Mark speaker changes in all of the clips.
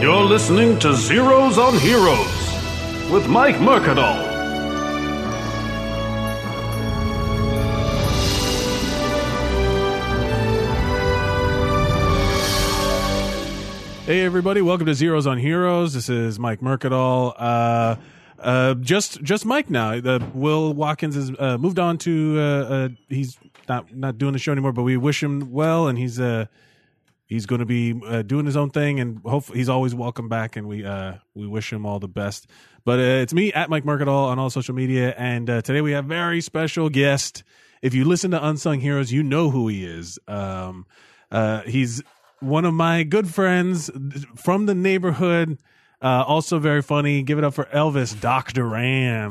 Speaker 1: You're listening to Zeros on Heroes with Mike Mercadal.
Speaker 2: Hey everybody, welcome to Zeros on Heroes. This is Mike Mercadal. Uh, uh, just just Mike now. The Will Watkins has uh, moved on to. Uh, uh, he's not not doing the show anymore, but we wish him well, and he's uh, he's going to be uh, doing his own thing, and hopefully he's always welcome back, and we uh, we wish him all the best. But uh, it's me at Mike Mercadal on all social media, and uh, today we have very special guest. If you listen to Unsung Heroes, you know who he is. Um, uh, he's one of my good friends from the neighborhood. Uh, also very funny. Give it up for Elvis Dr. Ram.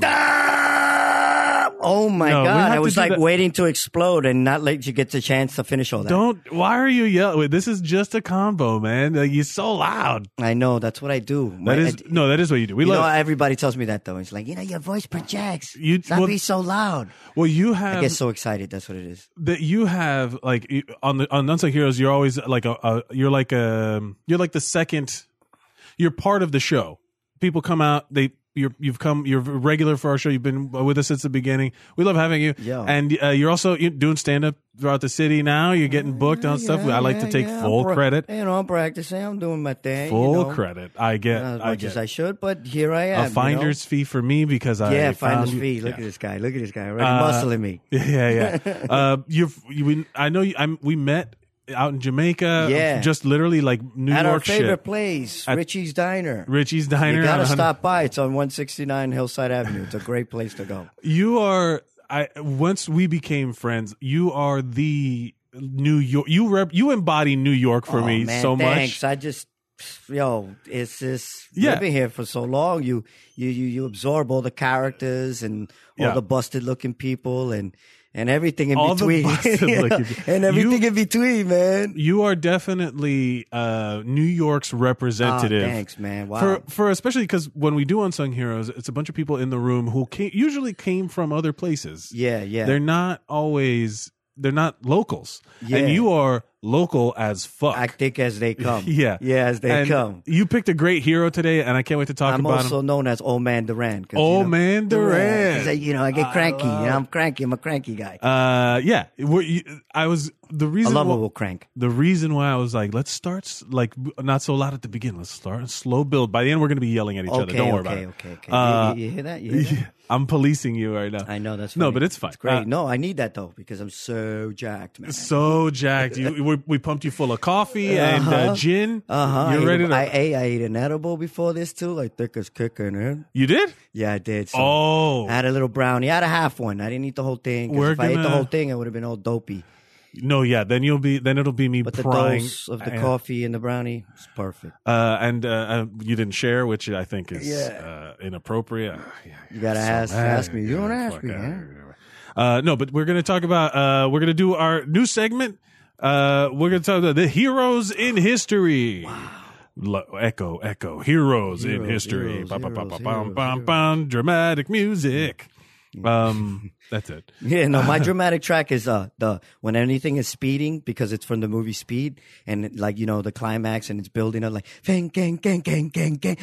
Speaker 3: Oh my
Speaker 2: No, we have
Speaker 3: god! I
Speaker 2: to
Speaker 3: was
Speaker 2: do
Speaker 3: like
Speaker 2: that-
Speaker 3: waiting to explode and not let you get the chance to finish all that.
Speaker 2: Don't. Why are you yelling? This is just a combo, man. Like, you're so loud.
Speaker 3: I know that's what I do. My-
Speaker 2: That is
Speaker 3: I-
Speaker 2: no. That is what you do. We
Speaker 3: you know,
Speaker 2: love.
Speaker 3: everybody tells me that though. It's like you know, your voice projects.
Speaker 2: You-
Speaker 3: Stop
Speaker 2: well- Um,
Speaker 3: being so loud.
Speaker 2: well, you
Speaker 3: I
Speaker 2: have
Speaker 3: get so excited. That's what it is.
Speaker 2: that you have like you- on the on Unsung Heroes. You're always like a, a you're like a you're like the second. You're part of the show. People come out. They you're you've come. You're regular for our show. You've been with us since the beginning. We love having you.
Speaker 3: Yeah.
Speaker 2: And uh, you're also you're doing stand up throughout the city now. You're getting booked on stuff.
Speaker 3: Yeah,
Speaker 2: I like
Speaker 3: yeah,
Speaker 2: to take
Speaker 3: yeah,
Speaker 2: full
Speaker 3: I'm pra-
Speaker 2: credit.
Speaker 3: You know, I'm practicing. I'm doing my thing.
Speaker 2: Full
Speaker 3: you know,
Speaker 2: credit. I get.
Speaker 3: Not as
Speaker 2: I
Speaker 3: much
Speaker 2: get.
Speaker 3: as I should, but here I am.
Speaker 2: a
Speaker 3: you
Speaker 2: finder's fee for me because
Speaker 3: know?
Speaker 2: I
Speaker 3: Yeah,
Speaker 2: found
Speaker 3: finder's
Speaker 2: you-
Speaker 3: fee. Look
Speaker 2: yeah.
Speaker 3: at this guy. Look at this guy. Already
Speaker 2: Uh,
Speaker 3: muscling me.
Speaker 2: Yeah, yeah. uh, you're, you, we, I know. You, I'm, we met out in Jamaica. uh,
Speaker 3: Yeah.
Speaker 2: just literally like New
Speaker 3: At our
Speaker 2: York
Speaker 3: favorite
Speaker 2: shit.
Speaker 3: place,
Speaker 2: At-
Speaker 3: Richie's Diner.
Speaker 2: Richie's Diner.
Speaker 3: you gotta
Speaker 2: on Hun-
Speaker 3: stop by. It's on 169 Hillside Avenue. It's a great place to go.
Speaker 2: You are. I once we became friends. You are the New York. You rep. You embody New York for
Speaker 3: Oh,
Speaker 2: me
Speaker 3: man,
Speaker 2: so much.
Speaker 3: thanks. I just, yo, it's just
Speaker 2: Yeah.
Speaker 3: living here for so long. You, you, you, you absorb all the characters and all
Speaker 2: Yeah.
Speaker 3: the busted looking people and and everything in
Speaker 2: All the
Speaker 3: between.
Speaker 2: busted-looking-
Speaker 3: and everything
Speaker 2: You-
Speaker 3: in between, man.
Speaker 2: You are definitely uh, New York's
Speaker 3: Oh,
Speaker 2: representative.
Speaker 3: thanks, man. Wow.
Speaker 2: For, for especially because when we do unsung heroes, it's a bunch of people in the room who came, usually came from other places.
Speaker 3: yeah, yeah.
Speaker 2: they're not always they're not locals
Speaker 3: Yeah.
Speaker 2: and you are local as fuck
Speaker 3: I think as they come.
Speaker 2: yeah
Speaker 3: yeah, as they
Speaker 2: And
Speaker 3: come.
Speaker 2: you picked a great hero today and i can't wait to talk
Speaker 3: I'm
Speaker 2: about
Speaker 3: also
Speaker 2: him
Speaker 3: known as Old Man Duran. 'cause,
Speaker 2: Old Man Duran.
Speaker 3: 'Cause I- you know, I get
Speaker 2: I
Speaker 3: cranky.
Speaker 2: love-
Speaker 3: You know, I'm cranky. I'm a cranky guy.
Speaker 2: uh yeah Were you- i was the
Speaker 3: a
Speaker 2: reason why,
Speaker 3: lovable crank.
Speaker 2: the reason why i was like let's start s- like b- not so loud at the beginning let's start a slow build by the end we're gonna be yelling at each other
Speaker 3: Okay,
Speaker 2: don't worry
Speaker 3: okay,
Speaker 2: about
Speaker 3: okay, okay.
Speaker 2: it Uh,
Speaker 3: you, you- you hear that? You hear that?
Speaker 2: i'm policing you right now
Speaker 3: I know that's
Speaker 2: No,
Speaker 3: funny.
Speaker 2: but it's fine.
Speaker 3: great.
Speaker 2: Uh,
Speaker 3: no, I need that though because I'm so jacked, man.
Speaker 2: so jacked you we, we pumped you full of coffee and uh,
Speaker 3: Uh-huh.
Speaker 2: gin
Speaker 3: Uh huh.
Speaker 2: you're ready to
Speaker 3: I ate, I ate an edible before this too, like thick as kicking in.
Speaker 2: you did
Speaker 3: Yeah, I did. So
Speaker 2: oh
Speaker 3: I had a little brownie. I had a half one. I didn't eat the whole thing. 'cause
Speaker 2: We're
Speaker 3: if I ate
Speaker 2: gonna-
Speaker 3: the whole thing, I would have been all dopey.
Speaker 2: No, yeah, then you'll be then it'll be me
Speaker 3: But the
Speaker 2: prying
Speaker 3: dose of the
Speaker 2: and,
Speaker 3: coffee and the brownie is perfect.
Speaker 2: uh, and uh, uh, you didn't share, which I think is
Speaker 3: Yeah. Ah,
Speaker 2: uh, inappropriate.
Speaker 3: You gotta ask, ask me. You don't ask me, man.
Speaker 2: Uh, no, but we're gonna talk about uh, we're gonna do our new segment. Uh, we're gonna talk about the heroes in history. Lo- echo, echo, heroes, in
Speaker 3: Heroes,
Speaker 2: history.
Speaker 3: heroes,
Speaker 2: Bum, bum, bum,
Speaker 3: heroes,
Speaker 2: bum,
Speaker 3: heroes,
Speaker 2: bum,
Speaker 3: heroes.
Speaker 2: bum. dramatic music. Um, that's it.
Speaker 3: Yeah, no, my dramatic track is uh the when anything is speeding because it's from the movie Speed and it, like you know the climax and it's building up like gang gang gang gang gang gang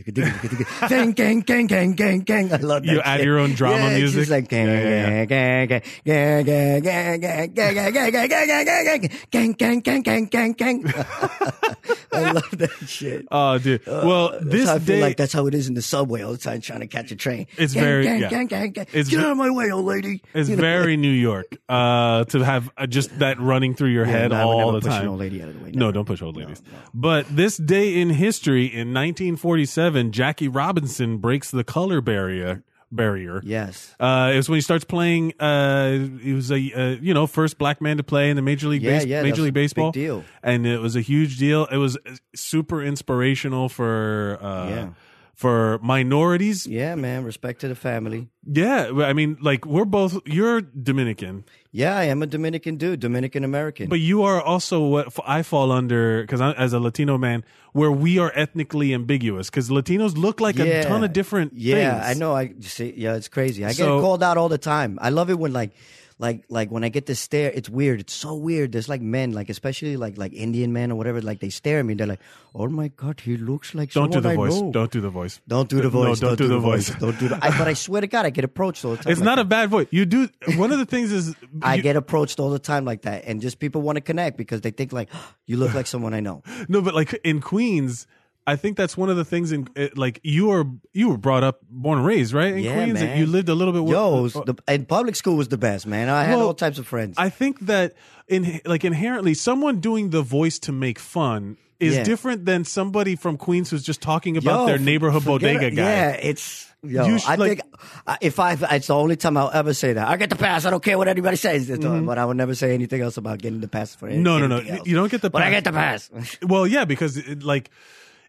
Speaker 3: gang gang gang gang gang gang. I love that.
Speaker 2: You add
Speaker 3: shit.
Speaker 2: your own drama
Speaker 3: yeah, It's
Speaker 2: music?
Speaker 3: just like gang
Speaker 2: Yeah, yeah,
Speaker 3: gang gang gang gang gang gang gang gang gang gang gang gang gang gang gang gang gang. I love that shit.
Speaker 2: Oh, dude. well,
Speaker 3: Uh, That's
Speaker 2: this
Speaker 3: how I feel
Speaker 2: day,
Speaker 3: like that's how it is in the subway all the time trying to catch a train.
Speaker 2: It's
Speaker 3: Gang,
Speaker 2: very-
Speaker 3: gang,
Speaker 2: yeah.
Speaker 3: gang, gang, gang.
Speaker 2: It's
Speaker 3: Get
Speaker 2: ve-
Speaker 3: out of my way, old lady.
Speaker 2: It's very New York uh, to have uh, just that running through your head
Speaker 3: no, I would
Speaker 2: all
Speaker 3: never
Speaker 2: the
Speaker 3: push an
Speaker 2: time.
Speaker 3: old lady out of the way,
Speaker 2: No,
Speaker 3: never.
Speaker 2: don't push old ladies. But this day in history, in 1947, Jackie Robinson breaks the color barrier. Barrier.
Speaker 3: Yes.
Speaker 2: Uh, it was when he starts playing. Uh, he was a uh, you know first black man to play in the major league
Speaker 3: Yeah,
Speaker 2: Base-
Speaker 3: yeah, that was
Speaker 2: major
Speaker 3: a
Speaker 2: league baseball
Speaker 3: big deal.
Speaker 2: and it was a huge deal. It was super inspirational for uh,
Speaker 3: Yeah.
Speaker 2: for minorities.
Speaker 3: Yeah, man. Respect to the family.
Speaker 2: Yeah, I mean, like we're both. You're Dominican.
Speaker 3: Yeah, I am a Dominican dude, Dominican American.
Speaker 2: But you are also what f- I fall under because as a Latino man, where we are ethnically ambiguous because Latinos look like a ton of different
Speaker 3: yeah,
Speaker 2: things.
Speaker 3: I know. I see. Yeah, it's crazy. I
Speaker 2: So-
Speaker 3: get called out all the time. I love it when like like like when I get to stare, it's weird. It's so weird. There's like men, like especially like like Indian men or whatever. Like they stare at me. They're like, "Oh my god, he looks like
Speaker 2: Don't do
Speaker 3: someone
Speaker 2: the
Speaker 3: I
Speaker 2: voice.
Speaker 3: know."
Speaker 2: Don't do the voice.
Speaker 3: Don't do the
Speaker 2: No,
Speaker 3: voice.
Speaker 2: don't do the voice.
Speaker 3: Don't do the. I, but I swear to God, I get approached all the time.
Speaker 2: It's
Speaker 3: like
Speaker 2: not
Speaker 3: that.
Speaker 2: a bad voice. You do one of the things is
Speaker 3: I
Speaker 2: you-
Speaker 3: get approached all the time like that, and just people want to connect because they think like you look like someone I know.
Speaker 2: No, but like in Queens, I think that's one of the things. In it- like you were you were brought up, born and raised, right? In
Speaker 3: Yeah,
Speaker 2: Queens,
Speaker 3: man.
Speaker 2: you lived a little bit. uh, wi-
Speaker 3: Yo, it was the, and public school was the best, man. I had
Speaker 2: Well,
Speaker 3: all types of friends.
Speaker 2: I think that in like inherently, someone doing the voice to make fun is
Speaker 3: Yeah.
Speaker 2: different than somebody from Queens who's just talking about
Speaker 3: Yo,
Speaker 2: their
Speaker 3: for-
Speaker 2: neighborhood
Speaker 3: forget
Speaker 2: bodega
Speaker 3: it.
Speaker 2: guy.
Speaker 3: Yeah, it's yo.
Speaker 2: You should,
Speaker 3: I
Speaker 2: like-
Speaker 3: think I- if I, it's the only time I'll ever say that. I get the pass. I don't care what anybody says. That's all. But I would never say anything else about getting the pass for any-
Speaker 2: Mm-hmm. No, no, no.
Speaker 3: anything
Speaker 2: You-
Speaker 3: else.
Speaker 2: you don't get the
Speaker 3: But I
Speaker 2: pass.
Speaker 3: get the pass.
Speaker 2: Well, yeah, because it, like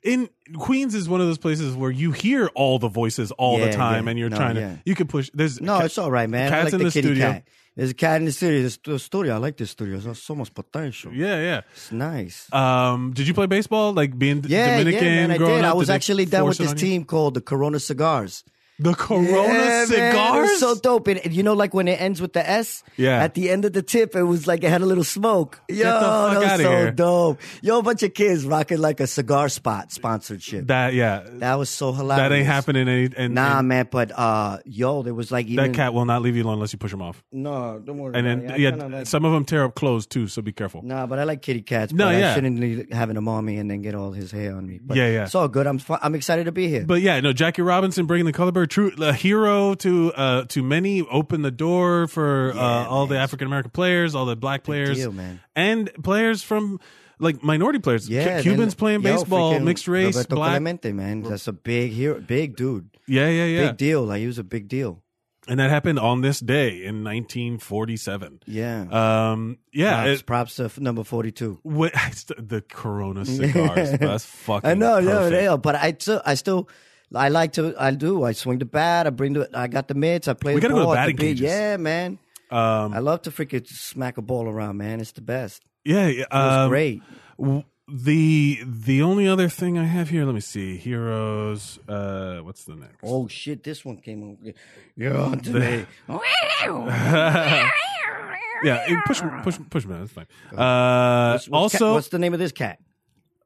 Speaker 2: in Queens is one of those places where you hear all the voices all
Speaker 3: Yeah,
Speaker 2: the time,
Speaker 3: yeah.
Speaker 2: and you're
Speaker 3: No,
Speaker 2: trying to
Speaker 3: yeah.
Speaker 2: you can push. There's
Speaker 3: no,
Speaker 2: ca-
Speaker 3: it's all right, man. I
Speaker 2: Cats
Speaker 3: like
Speaker 2: in
Speaker 3: the,
Speaker 2: the
Speaker 3: kitty
Speaker 2: studio.
Speaker 3: cat. There's a cat in the studio. There's a studio. I like this studio. There's so much potential.
Speaker 2: Yeah, yeah.
Speaker 3: It's nice.
Speaker 2: Um, did you play baseball? Like being D-
Speaker 3: yeah,
Speaker 2: Dominican?
Speaker 3: yeah, man. I
Speaker 2: growing
Speaker 3: did.
Speaker 2: Up?
Speaker 3: I was
Speaker 2: they
Speaker 3: actually down
Speaker 2: force
Speaker 3: with
Speaker 2: it
Speaker 3: this
Speaker 2: on you?
Speaker 3: team called the Corona Cigars.
Speaker 2: The Corona
Speaker 3: Yeah, Man, it
Speaker 2: cigars.
Speaker 3: was so dope. And, and you know, like when it ends with the S,
Speaker 2: Yeah.
Speaker 3: at the end of the tip, it was like it had a little smoke. Yo,
Speaker 2: the fuck
Speaker 3: that was
Speaker 2: outta
Speaker 3: so
Speaker 2: here.
Speaker 3: dope. Yo, a bunch of kids rocking like a cigar spot sponsorship. That,
Speaker 2: that yeah, that,
Speaker 3: was so hilarious.
Speaker 2: ain't happening. Any and
Speaker 3: Nah,
Speaker 2: and
Speaker 3: man, but uh, yo, there was like even
Speaker 2: that cat will not leave you alone unless you push him off.
Speaker 3: No, don't worry.
Speaker 2: And
Speaker 3: about
Speaker 2: then
Speaker 3: it. Mm. I
Speaker 2: yeah,
Speaker 3: kinda like-
Speaker 2: some of them tear up clothes too, so be careful.
Speaker 3: Nah, but I like kitty cats.
Speaker 2: No,
Speaker 3: but
Speaker 2: yeah.
Speaker 3: I shouldn't be having him on me and then get all his hair on me. But
Speaker 2: Yeah, yeah.
Speaker 3: It's all good. I'm fu- I'm excited to be here.
Speaker 2: But yeah, no, Jackie Robinson bringing the color bird, true a hero to uh to many, opened the door for uh,
Speaker 3: Yeah,
Speaker 2: all the
Speaker 3: man.
Speaker 2: African American players, all the black players,
Speaker 3: deal, man.
Speaker 2: and players from like minority players,
Speaker 3: yeah,
Speaker 2: Cu-
Speaker 3: then-
Speaker 2: Cubans playing
Speaker 3: yo,
Speaker 2: baseball,
Speaker 3: freaking
Speaker 2: mixed race,
Speaker 3: Roberto
Speaker 2: black,
Speaker 3: Clemente, man, that's a big hero, big dude.
Speaker 2: yeah, yeah, yeah,
Speaker 3: big deal. Like he was a big deal.
Speaker 2: and that happened on this day in 1947.
Speaker 3: Yeah.
Speaker 2: Um, yeah,
Speaker 3: props,
Speaker 2: it-
Speaker 3: props to f- number forty-two.
Speaker 2: What the Corona cigars? that's fucking.
Speaker 3: I know, yeah,
Speaker 2: perfect.
Speaker 3: yeah, but I still, I still, I like to, I do. I swing the bat. I bring the, I got the mitts. I play.
Speaker 2: We
Speaker 3: the
Speaker 2: gotta go to
Speaker 3: ball,
Speaker 2: batting
Speaker 3: the big-
Speaker 2: cages.
Speaker 3: Yeah, man.
Speaker 2: Um,
Speaker 3: I love to freaking smack a ball around, man. It's the best.
Speaker 2: yeah, yeah.
Speaker 3: It's
Speaker 2: Um,
Speaker 3: great.
Speaker 2: w- the the only other thing I have here, let me see. Heroes. Uh, what's the next?
Speaker 3: Oh shit! This one came on. Oh, You're on to me.
Speaker 2: Yeah, eh, push push push me. That's fine. Uh,
Speaker 3: What's- what's cat-
Speaker 2: also,
Speaker 3: what's the name of this cat?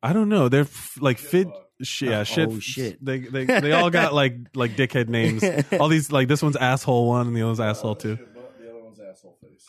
Speaker 2: I don't know. They're f- like fit. Shit, yeah, shit.
Speaker 3: Oh, shit.
Speaker 2: They they they all got like like dickhead names. All these like this one's asshole one and the other's asshole two.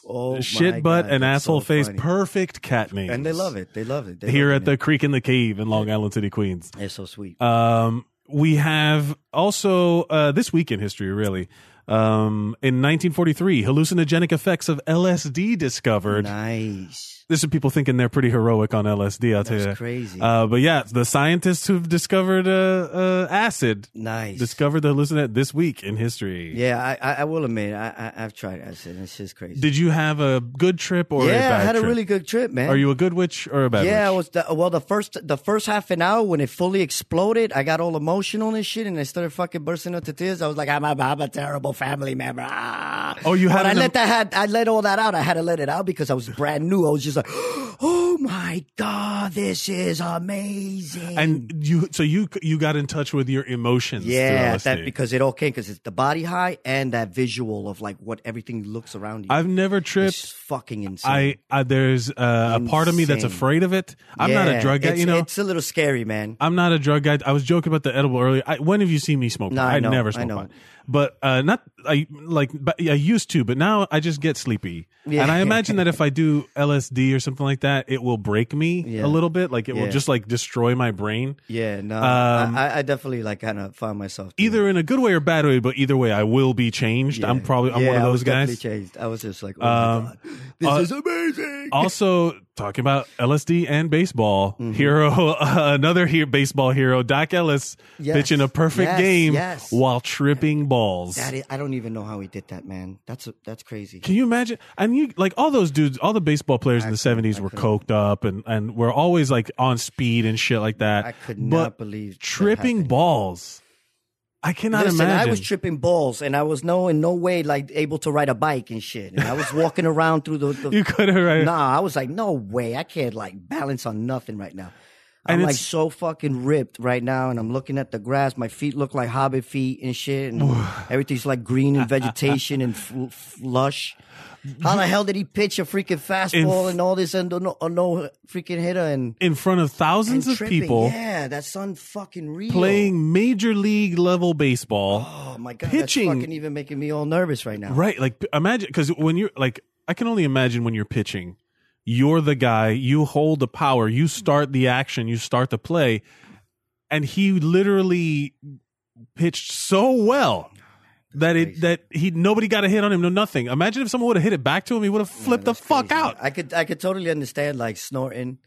Speaker 3: Oh, my
Speaker 2: shit butt
Speaker 3: God,
Speaker 2: and
Speaker 3: that's
Speaker 2: asshole
Speaker 3: so
Speaker 2: face.
Speaker 3: funny.
Speaker 2: Perfect cat names.
Speaker 3: and they love it. They love it. They
Speaker 2: here
Speaker 3: love
Speaker 2: at
Speaker 3: it,
Speaker 2: the Creek in the Cave in Long Island City, Queens.
Speaker 3: man. It's so sweet.
Speaker 2: Um, we have also uh, this week in history, really. Um, in 1943, hallucinogenic effects of LSD discovered.
Speaker 3: nice.
Speaker 2: This is people thinking they're pretty heroic on LSD. I'll tell you.
Speaker 3: That's crazy.
Speaker 2: Uh, but yeah, the scientists who've discovered uh, uh, acid
Speaker 3: nice.
Speaker 2: discovered the hallucinogenic this week in history.
Speaker 3: Yeah, I, I, I will admit, I, I, I've tried acid. It's just crazy.
Speaker 2: Did you have a good trip or a
Speaker 3: yeah, I
Speaker 2: bad
Speaker 3: had
Speaker 2: trip?
Speaker 3: a really good trip, man.
Speaker 2: Are you a good witch or a bad
Speaker 3: Yeah, it
Speaker 2: witch?
Speaker 3: was the, well the first the first half an hour when it fully exploded. I got all emotional and shit, and I started fucking bursting into tears. I was like, I'm a, I'm a terrible family member. Ah.
Speaker 2: Oh, you had
Speaker 3: But I
Speaker 2: an em-
Speaker 3: let that had I let all that out. I had to let it out because I was brand new. I was just like, oh my god, this is amazing.
Speaker 2: and you, so you you got in touch with your emotions. through
Speaker 3: yeah,
Speaker 2: LSD.
Speaker 3: that because it all came because it's the body high and that visual of like what everything looks around you.
Speaker 2: I've never tripped.
Speaker 3: it's fucking insane.
Speaker 2: I, I there's uh, a part of me that's
Speaker 3: Insane.
Speaker 2: afraid of it. I'm not a
Speaker 3: Yeah,
Speaker 2: drug guy,
Speaker 3: it's-
Speaker 2: you know.
Speaker 3: It's a little scary, man.
Speaker 2: I'm not a drug guy. I was joking about the edible earlier. I, when have you seen me smoke?
Speaker 3: No,
Speaker 2: pot?
Speaker 3: I know,
Speaker 2: never
Speaker 3: I
Speaker 2: smoke
Speaker 3: know.
Speaker 2: pot. But uh, not I like but I used to, but now I just get sleepy.
Speaker 3: Yeah.
Speaker 2: And I imagine that if I do LSD or something like that, it will break me a
Speaker 3: Yeah.
Speaker 2: little bit. Like it will
Speaker 3: Yeah.
Speaker 2: just like destroy my brain.
Speaker 3: Yeah, no,
Speaker 2: Um,
Speaker 3: I, I- I definitely like kind of found myself doing
Speaker 2: Either in a good way or bad way, but either way, I will be changed.
Speaker 3: that.
Speaker 2: I'm probably I'm
Speaker 3: Yeah,
Speaker 2: one of
Speaker 3: I was
Speaker 2: those guys.
Speaker 3: Definitely changed. I was just like, oh
Speaker 2: Um,
Speaker 3: my god, this
Speaker 2: uh,
Speaker 3: is amazing.
Speaker 2: also talking about LSD and baseball
Speaker 3: Mm-hmm.
Speaker 2: hero, another he- baseball hero, Doc Ellis
Speaker 3: Yes.
Speaker 2: pitching a perfect
Speaker 3: Yes,
Speaker 2: game
Speaker 3: yes.
Speaker 2: while tripping balls.
Speaker 3: that is, I don't even know how he did that, man. That's that's crazy.
Speaker 2: Can you imagine? And you like all those dudes, all the baseball players in the seventies were coked up and and were always like on speed and shit like that.
Speaker 3: I could
Speaker 2: but
Speaker 3: not believe that
Speaker 2: tripping
Speaker 3: happened.
Speaker 2: balls. I cannot
Speaker 3: Listen,
Speaker 2: imagine.
Speaker 3: I was tripping balls, and I was no in no way like able to ride a bike and shit. And I was walking around through the, the
Speaker 2: you could have right.
Speaker 3: Nah, I was like, no way. I can't like balance on nothing right now. I'm
Speaker 2: And
Speaker 3: like
Speaker 2: it's-
Speaker 3: so fucking ripped right now, and I'm looking at the grass. My feet look like hobbit feet and shit, and everything's like green and vegetation and f- f- lush. How the hell did he pitch a freaking fastball and all this and no, no freaking hitter and,
Speaker 2: in front of
Speaker 3: and
Speaker 2: thousands of
Speaker 3: tripping?
Speaker 2: people
Speaker 3: Yeah, that's unfucking real.
Speaker 2: playing major league level baseball.
Speaker 3: Oh my god,
Speaker 2: pitching.
Speaker 3: that's fucking even making me all nervous right now.
Speaker 2: Right. Like p- imagine because when you're like, I can only imagine when you're pitching, you're the guy, you hold the power, you start the action, you start the play, and he literally pitched so well that it that he nobody got a hit on him, no nothing. Imagine if someone would have hit it back to him, he would have flipped the fuck
Speaker 3: Crazy.
Speaker 2: out.
Speaker 3: I could I could totally understand like snorting,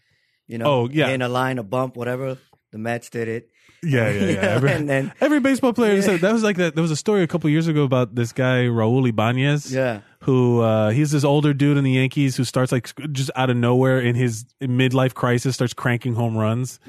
Speaker 3: you know,
Speaker 2: Oh, yeah.
Speaker 3: in a line, a bump, whatever. The Mets did it.
Speaker 2: Yeah, yeah, yeah.
Speaker 3: know,
Speaker 2: Every,
Speaker 3: and then-
Speaker 2: every baseball player said that was like that. There was a story a couple years ago about this guy Raul Ibanez.
Speaker 3: Yeah.
Speaker 2: who uh, he's this older dude in the Yankees who starts like sc- just out of nowhere in his midlife crisis starts cranking home runs.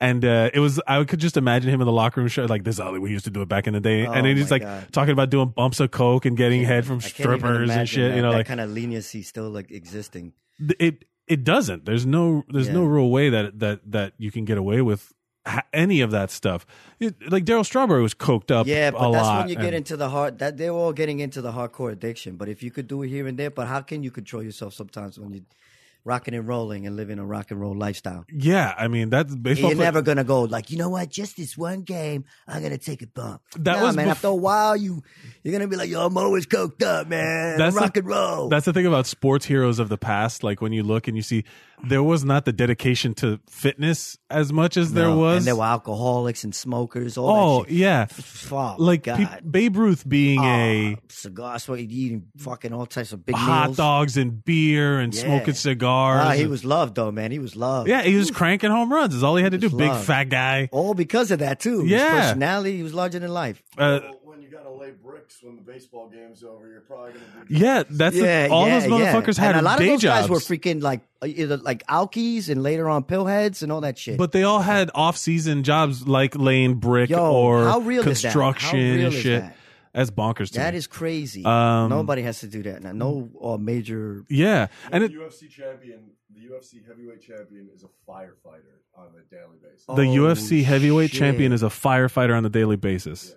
Speaker 2: And uh, it was I could just imagine him in the locker room show like this is how we used to do it back in the day, and then he's
Speaker 3: Oh my
Speaker 2: like
Speaker 3: God.
Speaker 2: talking about doing bumps of coke and getting head from
Speaker 3: I can't even
Speaker 2: strippers
Speaker 3: imagine
Speaker 2: and shit.
Speaker 3: That,
Speaker 2: you know,
Speaker 3: that
Speaker 2: like
Speaker 3: kind of leniency still like existing.
Speaker 2: th- it it doesn't there's no there's
Speaker 3: Yeah.
Speaker 2: no real way that that that you can get away with ha- any of that stuff It- like daryl strawberry was coked up
Speaker 3: Yeah, but
Speaker 2: a
Speaker 3: that's
Speaker 2: lot
Speaker 3: when you get
Speaker 2: and-
Speaker 3: into the hard. That they're all getting into the hardcore addiction. But if you could do it here and there, but how can you control yourself sometimes when you rocking and rolling and living a rock and roll lifestyle?
Speaker 2: yeah i mean that's
Speaker 3: And
Speaker 2: baseball
Speaker 3: you're
Speaker 2: play-
Speaker 3: never gonna go like you know what? Just this one game, I'm gonna take a bump.
Speaker 2: That
Speaker 3: Nah,
Speaker 2: was
Speaker 3: man.
Speaker 2: bef-
Speaker 3: after a while, you you're gonna be like, yo, I'm always coked up, man.
Speaker 2: That's
Speaker 3: rock
Speaker 2: the-
Speaker 3: and roll.
Speaker 2: that's the thing about sports heroes of the past like when you look and you see there was not the dedication to fitness as much as there
Speaker 3: No,
Speaker 2: was
Speaker 3: And there were alcoholics and smokers. All
Speaker 2: oh
Speaker 3: that shit.
Speaker 2: yeah
Speaker 3: Fuck,
Speaker 2: like
Speaker 3: Oh, God.
Speaker 2: pe- babe ruth being a
Speaker 3: cigar smoking, eating fucking all types of big
Speaker 2: hot
Speaker 3: meals.
Speaker 2: dogs and beer and
Speaker 3: Ah, Yeah.
Speaker 2: smoking cigars
Speaker 3: Ah, he
Speaker 2: and-
Speaker 3: was loved though, man. He was loved.
Speaker 2: yeah he was cranking home runs is all he had to do
Speaker 3: was
Speaker 2: big
Speaker 3: loved.
Speaker 2: fat guy
Speaker 3: All because of that too.
Speaker 2: Yeah.
Speaker 3: His personality, he was larger than life.
Speaker 2: uh,
Speaker 4: Well, when you gotta lay bricks when the baseball game's over, you're probably gonna be.
Speaker 2: Yeah, that's
Speaker 3: yeah,
Speaker 2: the, all
Speaker 3: yeah,
Speaker 2: those motherfuckers
Speaker 3: yeah.
Speaker 2: had
Speaker 3: and a lot
Speaker 2: day
Speaker 3: of those
Speaker 2: jobs,
Speaker 3: guys were freaking like either like alkies and later on pillheads and all that shit.
Speaker 2: but they all had off-season jobs like laying brick
Speaker 3: Yo,
Speaker 2: or
Speaker 3: how real is that?
Speaker 2: construction
Speaker 3: How real
Speaker 2: and
Speaker 3: is
Speaker 2: shit.
Speaker 3: that?
Speaker 2: That's bonkers. To
Speaker 3: that
Speaker 2: me.
Speaker 3: is crazy.
Speaker 2: Um,
Speaker 3: Nobody has to do that now. No uh, major.
Speaker 2: yeah, and
Speaker 4: And
Speaker 2: it,
Speaker 4: the UFC champion, the UFC heavyweight champion, is a firefighter on a daily basis.
Speaker 2: the UFC heavyweight
Speaker 3: Oh, shit.
Speaker 2: champion is a firefighter on a daily basis.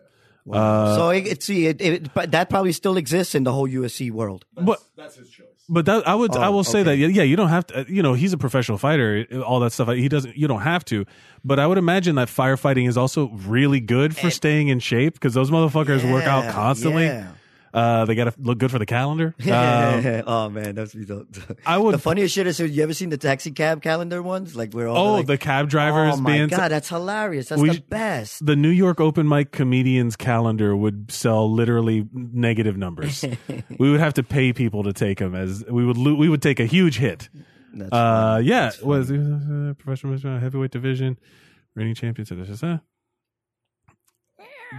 Speaker 2: Uh,
Speaker 3: so it, it, see, it, it, but that probably still exists in the whole USC world.
Speaker 4: That's,
Speaker 2: but-
Speaker 4: that's his choice.
Speaker 2: But that I would I
Speaker 3: Oh,
Speaker 2: will say that
Speaker 3: okay.
Speaker 2: yeah you don't have to you know he's a professional fighter all that stuff he doesn't you don't have to but I would imagine that firefighting is also really good for staying in shape because those motherfuckers work out
Speaker 3: Yeah,
Speaker 2: constantly
Speaker 3: yeah.
Speaker 2: uh, they gotta look good for the calendar Um,
Speaker 3: oh man, that's be the,
Speaker 2: I would-
Speaker 3: The funniest shit is you ever seen the taxi cab calendar ones? Like we're all
Speaker 2: Oh,
Speaker 3: like,
Speaker 2: the cab drivers
Speaker 3: Oh my
Speaker 2: being
Speaker 3: god, that's hilarious. That's
Speaker 2: We
Speaker 3: the
Speaker 2: sh-
Speaker 3: best.
Speaker 2: the New York open mic comedians calendar would sell literally negative numbers. we would have to pay people to take them as we would lo- we would take a huge hit.
Speaker 3: That's
Speaker 2: Uh,
Speaker 3: funny.
Speaker 2: yeah,
Speaker 3: That's
Speaker 2: was
Speaker 3: funny.
Speaker 2: uh, professional wrestling, heavyweight division, reigning champions. of this, uh,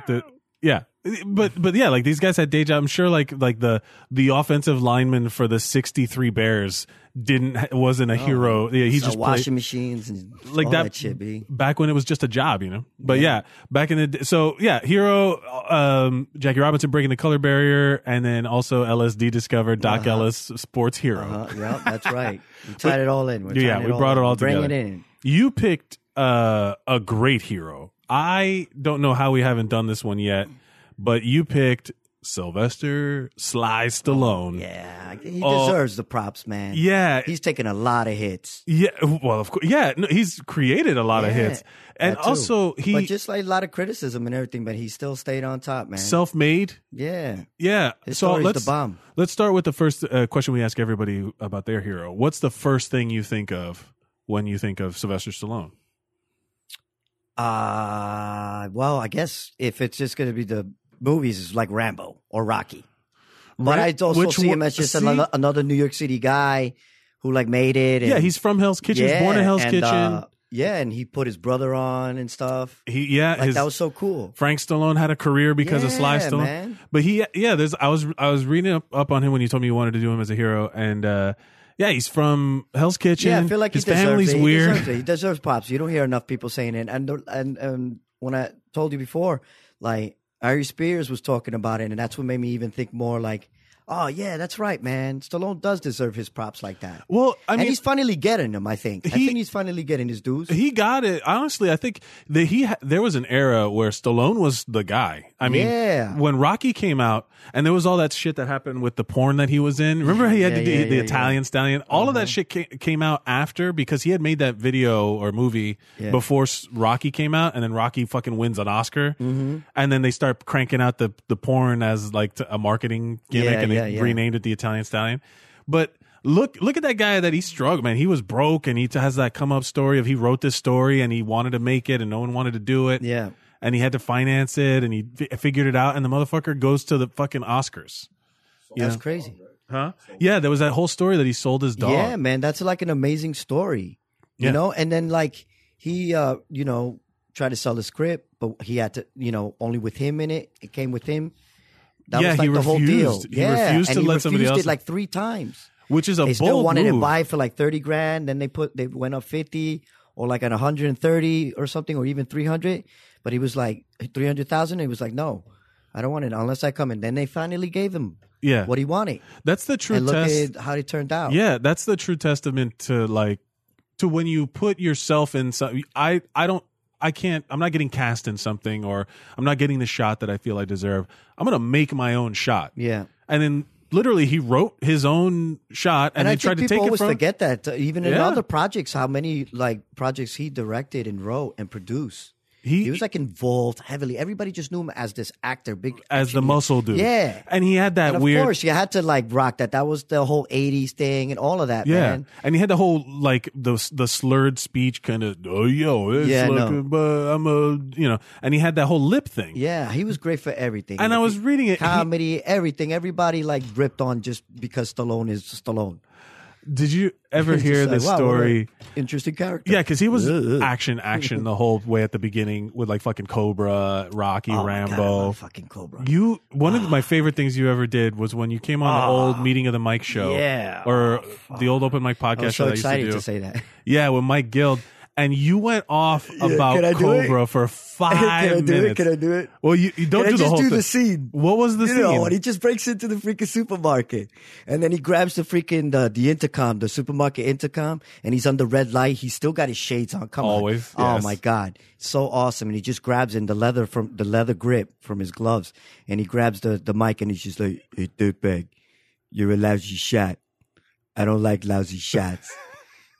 Speaker 2: the, yeah, but but yeah, like these guys had day job. I'm sure like like the the offensive lineman for the '63 Bears didn't wasn't a hero. Yeah, he
Speaker 3: Oh, So
Speaker 2: just played,
Speaker 3: Uh, washing machines and
Speaker 2: like
Speaker 3: all
Speaker 2: that,
Speaker 3: that, shit. Be
Speaker 2: back when it was just a job, you know. But yeah, back in the d- so yeah, Hero, um, Jackie Robinson breaking the color barrier, and then also LSD discovered Doc
Speaker 3: Uh-huh.
Speaker 2: Ellis, sports hero.
Speaker 3: uh, yeah, that's right. We tied it all in. We're
Speaker 2: Yeah,
Speaker 3: tying
Speaker 2: we brought
Speaker 3: in.
Speaker 2: it all
Speaker 3: Bring
Speaker 2: together.
Speaker 3: it in.
Speaker 2: You picked uh, a great hero. I don't know how we haven't done this one yet, but you picked Sylvester Sly Stallone.
Speaker 3: Yeah, he
Speaker 2: Oh.
Speaker 3: deserves the props, man.
Speaker 2: Yeah.
Speaker 3: he's taking a lot of hits.
Speaker 2: Yeah, well, of course. Yeah, no, he's created a lot of
Speaker 3: Yeah,
Speaker 2: hits, and
Speaker 3: that too.
Speaker 2: also
Speaker 3: but
Speaker 2: he
Speaker 3: just like a lot of criticism and everything, but he still stayed on top, man.
Speaker 2: self-made.
Speaker 3: yeah,
Speaker 2: Yeah.
Speaker 3: His
Speaker 2: so
Speaker 3: story's
Speaker 2: let's
Speaker 3: the bomb.
Speaker 2: let's start with the first uh, question we ask everybody about their hero. What's the first thing you think of when you think of Sylvester Stallone?
Speaker 3: Uh well, I guess if it's just going to be the movies, it's like Rambo or Rocky. But
Speaker 2: Right?
Speaker 3: I also
Speaker 2: Which
Speaker 3: see him
Speaker 2: one-
Speaker 3: as just
Speaker 2: see?
Speaker 3: another, another New York City guy who like made it. And,
Speaker 2: yeah, he's from Hell's Kitchen. he's
Speaker 3: yeah,
Speaker 2: born in Hell's
Speaker 3: and,
Speaker 2: Kitchen.
Speaker 3: uh, yeah, and he put his brother on and stuff.
Speaker 2: he yeah,
Speaker 3: Like
Speaker 2: his,
Speaker 3: that was so cool.
Speaker 2: Frank Stallone had a career because of Sly
Speaker 3: Yeah,
Speaker 2: Stallone.
Speaker 3: man.
Speaker 2: But he yeah, there's I was I was reading up, up on him when you told me you wanted to do him as a hero and uh yeah, he's from Hell's Kitchen.
Speaker 3: Yeah, I feel like
Speaker 2: his
Speaker 3: he deserves
Speaker 2: family's
Speaker 3: it. He
Speaker 2: weird.
Speaker 3: deserves it. He deserves props. You don't hear enough people saying it. And and and when I told you before, like Ari Spears was talking about it, and that's what made me even think more like, oh yeah, that's right, man. Stallone does deserve his props like that.
Speaker 2: Well, I
Speaker 3: and
Speaker 2: mean,
Speaker 3: he's finally getting them. I think. I
Speaker 2: He-
Speaker 3: think he's finally getting his dues.
Speaker 2: he got it. Honestly, I think that he ha- there was an era where Stallone was the guy. I mean,
Speaker 3: Yeah.
Speaker 2: when Rocky came out, and there was all that shit that happened with the porn that he was in. Remember, he had
Speaker 3: Yeah,
Speaker 2: to do
Speaker 3: yeah, Uh-huh.
Speaker 2: the
Speaker 3: yeah,
Speaker 2: Italian stallion. All of that shit ca- came out after because he had made that video or movie
Speaker 3: Yeah.
Speaker 2: before s- Rocky came out, and then Rocky fucking wins an Oscar,
Speaker 3: Mm-hmm.
Speaker 2: and then they start cranking out the the porn as like t- a marketing gimmick,
Speaker 3: Yeah,
Speaker 2: and they
Speaker 3: yeah, yeah.
Speaker 2: renamed it the Italian stallion, but look look at that guy that he struggled man he was broke and he has that come up story of he wrote this story and he wanted to make it and no one wanted to do it
Speaker 3: Yeah.
Speaker 2: and he had to finance it and he fi- figured it out and the motherfucker goes to the fucking oscars
Speaker 3: That's crazy.
Speaker 2: huh yeah there was that whole story that he sold his dog
Speaker 3: Yeah, man, that's like an amazing story.
Speaker 2: Yeah.
Speaker 3: You know, and then like he uh, you know, tried to sell the script, but he had to, you know, only with him in it. It came with him. That
Speaker 2: Yeah,
Speaker 3: was like
Speaker 2: he
Speaker 3: the whole deal.
Speaker 2: refused. He
Speaker 3: yeah,
Speaker 2: refused
Speaker 3: and
Speaker 2: to
Speaker 3: he
Speaker 2: let
Speaker 3: refused
Speaker 2: somebody else-
Speaker 3: it like three times.
Speaker 2: which is a
Speaker 3: they
Speaker 2: bold
Speaker 3: still wanted to
Speaker 2: move.
Speaker 3: buy for like thirty grand. Then they put they went up fifty or like at one hundred and thirty or something or even three hundred. But he was like three hundred thousand. He was like, no, I don't want it unless I come. And then they finally gave him
Speaker 2: yeah
Speaker 3: what he wanted.
Speaker 2: that's the true
Speaker 3: and look
Speaker 2: test
Speaker 3: at how it turned out.
Speaker 2: Yeah, that's the true testament to like to when you put yourself in some I I don't I can't I'm not getting cast in something or I'm not getting the shot that I feel I deserve. I'm going to make my own shot.
Speaker 3: Yeah.
Speaker 2: And then literally he wrote his own shot and,
Speaker 3: and I
Speaker 2: they
Speaker 3: think
Speaker 2: tried to
Speaker 3: people
Speaker 2: take it
Speaker 3: always
Speaker 2: from
Speaker 3: forget that uh, even in
Speaker 2: Yeah.
Speaker 3: other projects, how many like projects he directed and wrote and produced.
Speaker 2: He-
Speaker 3: He, was like involved heavily. Everybody just knew him as this actor, big
Speaker 2: as the
Speaker 3: action hero.
Speaker 2: muscle dude.
Speaker 3: Yeah.
Speaker 2: And he had that
Speaker 3: And of
Speaker 2: weird
Speaker 3: course, you had to like rock that. That was the whole '80s thing and all of that.
Speaker 2: Yeah,
Speaker 3: man.
Speaker 2: and he had the whole like the the slurred speech kind of oh yo it's
Speaker 3: Yeah,
Speaker 2: like
Speaker 3: no.
Speaker 2: uh, but I'm a you know and he had that whole lip thing
Speaker 3: yeah, he was great for everything.
Speaker 2: and I was reading it he-
Speaker 3: comedy, everything. Everybody like ripped on just because Stallone is Stallone.
Speaker 2: did you ever
Speaker 3: It's just
Speaker 2: hear
Speaker 3: like,
Speaker 2: this
Speaker 3: wow, what a
Speaker 2: story
Speaker 3: interesting character.
Speaker 2: Yeah, because he was
Speaker 3: Ugh.
Speaker 2: action, action the whole way at the beginning with like fucking Cobra, Rocky,
Speaker 3: Oh my God, I
Speaker 2: Rambo.
Speaker 3: love fucking Cobra.
Speaker 2: you one of my favorite things you ever did was when you came on the old meeting of the Mike show,
Speaker 3: Ah, yeah. Oh,
Speaker 2: or the old open mic
Speaker 3: I
Speaker 2: podcast
Speaker 3: was
Speaker 2: show
Speaker 3: so
Speaker 2: that I
Speaker 3: excited
Speaker 2: used
Speaker 3: to
Speaker 2: to do.
Speaker 3: say that.
Speaker 2: yeah, with Mike Guild, and you went off
Speaker 3: can I
Speaker 2: about
Speaker 3: do
Speaker 2: Cobra
Speaker 3: it?
Speaker 2: for five minutes.
Speaker 3: do it?
Speaker 2: well, you, you don't
Speaker 3: Can
Speaker 2: do
Speaker 3: I
Speaker 2: the
Speaker 3: just
Speaker 2: whole
Speaker 3: do
Speaker 2: thing.
Speaker 3: the scene?
Speaker 2: What was the
Speaker 3: you
Speaker 2: scene?
Speaker 3: know, when he just breaks into the freaking supermarket, and then he grabs the freaking the, the intercom, the supermarket intercom, and he's under red light. He's still got his shades on. Come
Speaker 2: Always,
Speaker 3: on,
Speaker 2: yes.
Speaker 3: oh my god, so awesome! And he just grabs in the leather from the leather grip from his gloves, and he grabs the the mic, and he's just like, "Hey, dirtbag, you're a lousy shot. I don't like lousy shots.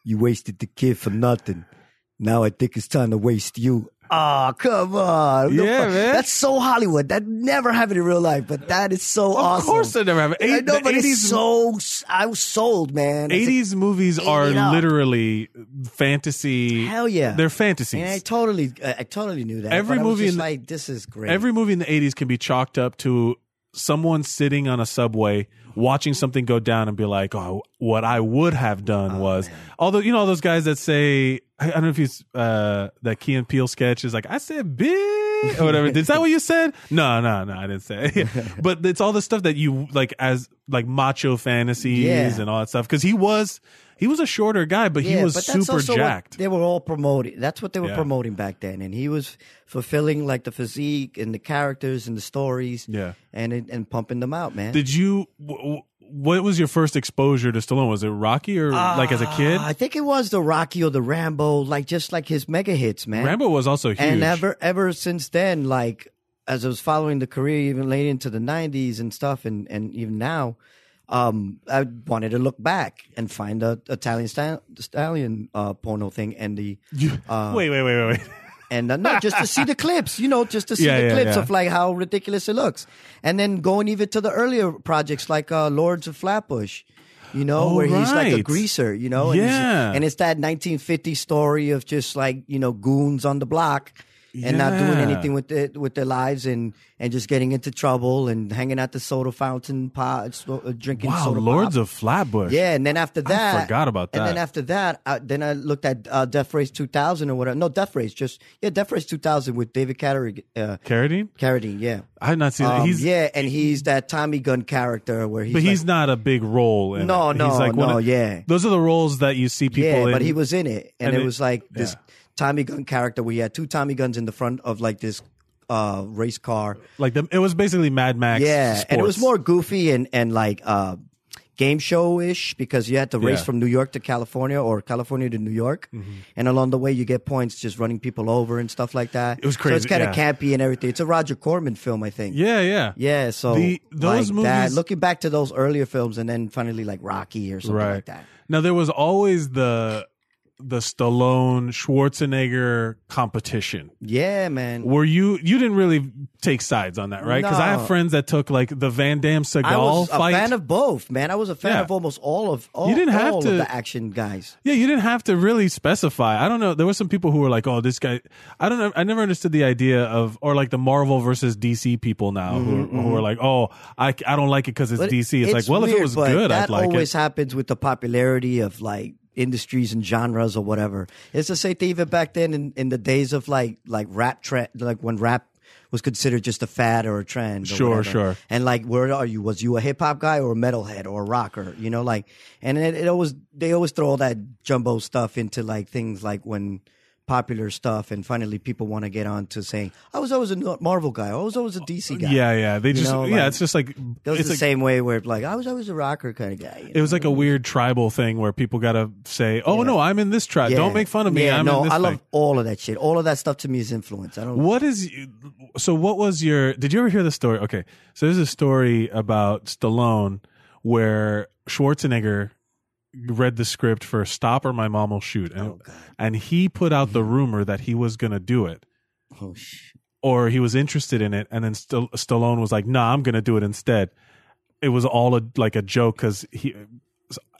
Speaker 3: you wasted the kid for nothing. Now I think it's time to waste you." Oh, come on. The
Speaker 2: Yeah,
Speaker 3: fu-
Speaker 2: man.
Speaker 3: That's so Hollywood. That never happened in real life, but that is so
Speaker 2: of
Speaker 3: awesome.
Speaker 2: course, I never have. it.
Speaker 3: I
Speaker 2: Eight-
Speaker 3: know,
Speaker 2: the
Speaker 3: but
Speaker 2: 80s
Speaker 3: it's so I was sold, man. It's like,
Speaker 2: 80s movies
Speaker 3: Eat
Speaker 2: are
Speaker 3: it up.
Speaker 2: literally fantasy.
Speaker 3: Hell yeah.
Speaker 2: They're fantasies.
Speaker 3: and I totally, I, I totally knew that.
Speaker 2: Every
Speaker 3: but I was
Speaker 2: movie
Speaker 3: just
Speaker 2: in the-
Speaker 3: like this is great.
Speaker 2: Every movie in the 80s can be chalked up to someone sitting on a subway watching something go down and be like, oh, what I would have
Speaker 3: Oh,
Speaker 2: done was. Although, you know, all those guys that say, I I don't know if he's, uh, that Key and Peele sketch is like, I said, bitch, or whatever. Is that what you said? No, no, no, I didn't say it. but it's all the stuff that you like as like macho fantasies
Speaker 3: Yeah.
Speaker 2: and all that stuff. Cause he was, he was a shorter guy, but he was
Speaker 3: but that's
Speaker 2: super
Speaker 3: also what
Speaker 2: jacked.
Speaker 3: They were all promoting. That's what they were
Speaker 2: Yeah.
Speaker 3: promoting back then, and he was fulfilling like the physique and the characters and the stories.
Speaker 2: Yeah.
Speaker 3: and it, and pumping them out, man.
Speaker 2: Did you, w- w- what was your first exposure to Stallone? Was it Rocky or like as a kid?
Speaker 3: Uh, I think it was the Rocky or the Rambo, like just like his mega hits, man.
Speaker 2: Rambo was also huge.
Speaker 3: And ever ever since then, like as I was following the career even late into the '90s and stuff, and and even now, um, I wanted to look back and find the Italian stal- stallion uh, porno thing and the uh,
Speaker 2: wait, wait, wait, wait, wait.
Speaker 3: and uh, no, just to see the clips, you know, just to see
Speaker 2: Yeah,
Speaker 3: the
Speaker 2: yeah,
Speaker 3: clips
Speaker 2: yeah.
Speaker 3: of like how ridiculous it looks, and then going even to the earlier projects like uh, Lords of Flatbush, you know,
Speaker 2: Oh,
Speaker 3: where he's like a
Speaker 2: right.
Speaker 3: greaser, you know, and, he's-
Speaker 2: Yeah.
Speaker 3: and it's that 1950 story of just like you know goons on the block and not doing
Speaker 2: Yeah.
Speaker 3: anything with it with their lives and and just getting into trouble and hanging out the soda fountain pot, so- uh, drinking
Speaker 2: Wow,
Speaker 3: soda pop.
Speaker 2: Lords of Flatbush.
Speaker 3: Yeah, and then after that,
Speaker 2: forgot about
Speaker 3: And then
Speaker 2: that.
Speaker 3: after that, I, then I looked at uh, Death Race 2000 or whatever. No, Death Race, just yeah, Death Race 2000 with David Carrig- uh,
Speaker 2: Carradine?
Speaker 3: Carradine. Yeah,
Speaker 2: I had not seen that.
Speaker 3: Um,
Speaker 2: He's,
Speaker 3: yeah, and he's that Tommy gun character where he's
Speaker 2: but he's
Speaker 3: like-
Speaker 2: not a big role. In
Speaker 3: No,
Speaker 2: it.
Speaker 3: no,
Speaker 2: he's like one
Speaker 3: no,
Speaker 2: of-
Speaker 3: yeah.
Speaker 2: Those are the roles that you see people
Speaker 3: yeah,
Speaker 2: in.
Speaker 3: but he was in it, and,
Speaker 2: and
Speaker 3: it,
Speaker 2: it-
Speaker 3: was like this
Speaker 2: yeah.
Speaker 3: Tommy gun character where he had two Tommy guns in the front of like this uh, race car.
Speaker 2: Like the, it was basically Mad Max.
Speaker 3: Yeah, and it was
Speaker 2: sports.
Speaker 3: more goofy and and like uh, game show ish because you had to race
Speaker 2: Yeah. Mm-hmm.
Speaker 3: from New York to California or California to New York, and along the way you get points just running people over and stuff like that.
Speaker 2: It was
Speaker 3: So it's
Speaker 2: crazy,
Speaker 3: kind of
Speaker 2: yeah.
Speaker 3: campy and everything. It's a Roger Corman film, I think.
Speaker 2: Yeah, yeah,
Speaker 3: Yeah, so
Speaker 2: The- those
Speaker 3: like that,
Speaker 2: movies-
Speaker 3: looking back to those earlier films, and then finally like Rocky or something
Speaker 2: right.
Speaker 3: like that.
Speaker 2: Now there was always the the Stallone Schwarzenegger competition.
Speaker 3: Yeah, man.
Speaker 2: Were you you didn't really take sides on that, right? Because I have
Speaker 3: No.
Speaker 2: friends that took like the Van Damme Seagal
Speaker 3: I was
Speaker 2: fight.
Speaker 3: a fan of both, man. I was a fan
Speaker 2: Yeah.
Speaker 3: of almost all of all,
Speaker 2: You didn't have
Speaker 3: all
Speaker 2: to-
Speaker 3: of the action guys.
Speaker 2: yeah, you didn't have to really specify. I don't know. There were some people who were like, "Oh, this guy." I don't know. I never understood the idea of or like the Marvel versus DC people now who, are, who are like, "Oh, I, I don't like it because it's
Speaker 3: Mm-hmm, But
Speaker 2: DC." It's, like, well, if
Speaker 3: weird,
Speaker 2: it was
Speaker 3: but
Speaker 2: good,
Speaker 3: that
Speaker 2: I'd like
Speaker 3: always
Speaker 2: it.
Speaker 3: happens with the popularity of like industries and genres or whatever. It's the same thing even back then in, in the days of like like rap trend, like when rap was considered just a fad or a trend. or
Speaker 2: Sure,
Speaker 3: whatever.
Speaker 2: sure.
Speaker 3: And like, where are you? Was you a hip hop guy or a metalhead or a rocker? You know, like, and it, it always they always throw all that jumbo stuff into like things like when popular stuff, and finally people want to get on to saying, I was always a Marvel guy, I was always a DC guy.
Speaker 2: Yeah, yeah. They
Speaker 3: You
Speaker 2: just
Speaker 3: know,
Speaker 2: yeah.
Speaker 3: like,
Speaker 2: It's just like
Speaker 3: That was
Speaker 2: it's
Speaker 3: the
Speaker 2: like,
Speaker 3: same way where like I was always a rocker kind of guy. you
Speaker 2: It was like a weird tribal thing where people gotta say, "Oh no, I'm in this tribe.
Speaker 3: Yeah.
Speaker 2: Don't make fun of me.
Speaker 3: Yeah,
Speaker 2: I'm
Speaker 3: no,
Speaker 2: in this
Speaker 3: I love
Speaker 2: thing."
Speaker 3: all of that shit. All of that stuff to me is influence. I don't.
Speaker 2: What is so? What was your? Did you ever hear the story? Okay, so there's a story about Stallone where Schwarzenegger read the script for "Stop or My Mom Will Shoot," and, and he put out the rumor that he was gonna do it.
Speaker 3: Oh, sh-
Speaker 2: or he was interested in it, and then St- Stallone was like, "Nah, I'm gonna do it instead." It was all a, like a joke because he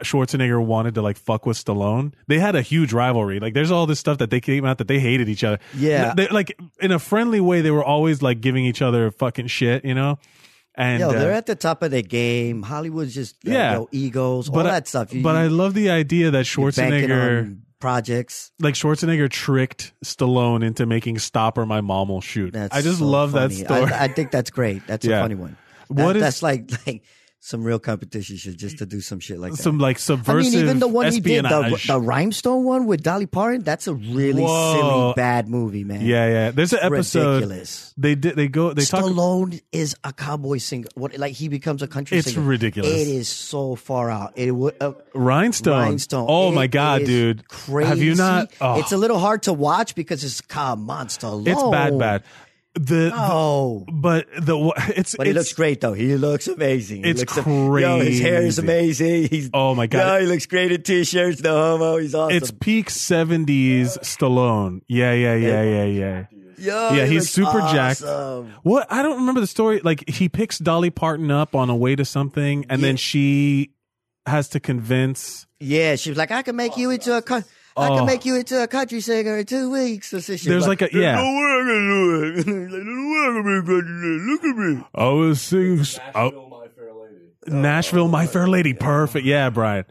Speaker 2: Schwarzenegger wanted to like fuck with Stallone. They had a huge rivalry. Like, there's all this stuff that they came out that they hated each other.
Speaker 3: Yeah.
Speaker 2: they, like in a friendly way, they were always like giving each other fucking shit, you know. And
Speaker 3: Yo,
Speaker 2: uh,
Speaker 3: they're at the top of their game. Hollywood's just like,
Speaker 2: Yeah.
Speaker 3: yo, egos, all
Speaker 2: but I-
Speaker 3: that stuff. You-
Speaker 2: but I
Speaker 3: you-
Speaker 2: love the idea that
Speaker 3: you're banking
Speaker 2: Schwarzenegger,
Speaker 3: on projects.
Speaker 2: like Schwarzenegger, tricked Stallone into making "Stop or My Mom Will Shoot."
Speaker 3: That's
Speaker 2: I just
Speaker 3: so
Speaker 2: love
Speaker 3: funny.
Speaker 2: that story.
Speaker 3: I, I think that's great. That's
Speaker 2: Yeah.
Speaker 3: a funny one. That,
Speaker 2: What is-
Speaker 3: that's like like some real competition shit just to do some shit like that.
Speaker 2: some like
Speaker 3: I
Speaker 2: subversive
Speaker 3: mean, even the one he did,
Speaker 2: espionage.
Speaker 3: the, the rhymestone one with Dolly Parton, that's a really
Speaker 2: Whoa.
Speaker 3: silly, bad movie, man.
Speaker 2: Yeah, yeah. There's an episode.
Speaker 3: Ridiculous.
Speaker 2: They did. They go. They talk.
Speaker 3: Stallone is a cowboy singer. What like he becomes a country
Speaker 2: It's
Speaker 3: singer.
Speaker 2: ridiculous.
Speaker 3: It is so far out. It would uh,
Speaker 2: Rhinestone.
Speaker 3: Rhinestone.
Speaker 2: Oh
Speaker 3: It
Speaker 2: my god,
Speaker 3: is
Speaker 2: dude!
Speaker 3: Crazy.
Speaker 2: Have you not? Oh,
Speaker 3: It's a little hard to watch because it's Come on, Stallone.
Speaker 2: it's bad, bad. The
Speaker 3: Oh.
Speaker 2: but the it's
Speaker 3: But he
Speaker 2: it's
Speaker 3: looks great though. He looks amazing. He
Speaker 2: It's
Speaker 3: looks am- Yo, his hair is
Speaker 2: crazy.
Speaker 3: amazing. He's,
Speaker 2: Oh, my God.
Speaker 3: Yo, he looks great in t-shirts. No homo. He's awesome.
Speaker 2: it's peak seventies Stallone. Yeah, yeah, yeah, yeah, yeah.
Speaker 3: Yo,
Speaker 2: Yeah,
Speaker 3: he
Speaker 2: he's
Speaker 3: looks
Speaker 2: super jacked.
Speaker 3: Oh, awesome.
Speaker 2: What I don't remember the story. Like he picks Dolly Parton up on a way to something, and then
Speaker 3: Yeah.
Speaker 2: she has to convince.
Speaker 3: Yeah, she was like, I can make you into a con- I
Speaker 2: Oh.
Speaker 3: can make you into a country singer in two weeks. So she
Speaker 2: There's
Speaker 3: was
Speaker 2: like a- yeah.
Speaker 3: "There's No way I can do it. Like, "There's no way I can be a country singer. Look at me.
Speaker 2: I was singing. uh,
Speaker 4: Nashville, My Fair Lady.
Speaker 2: Nashville,
Speaker 3: Oh,
Speaker 2: My Fair Lady, perfect. Yeah, Brian.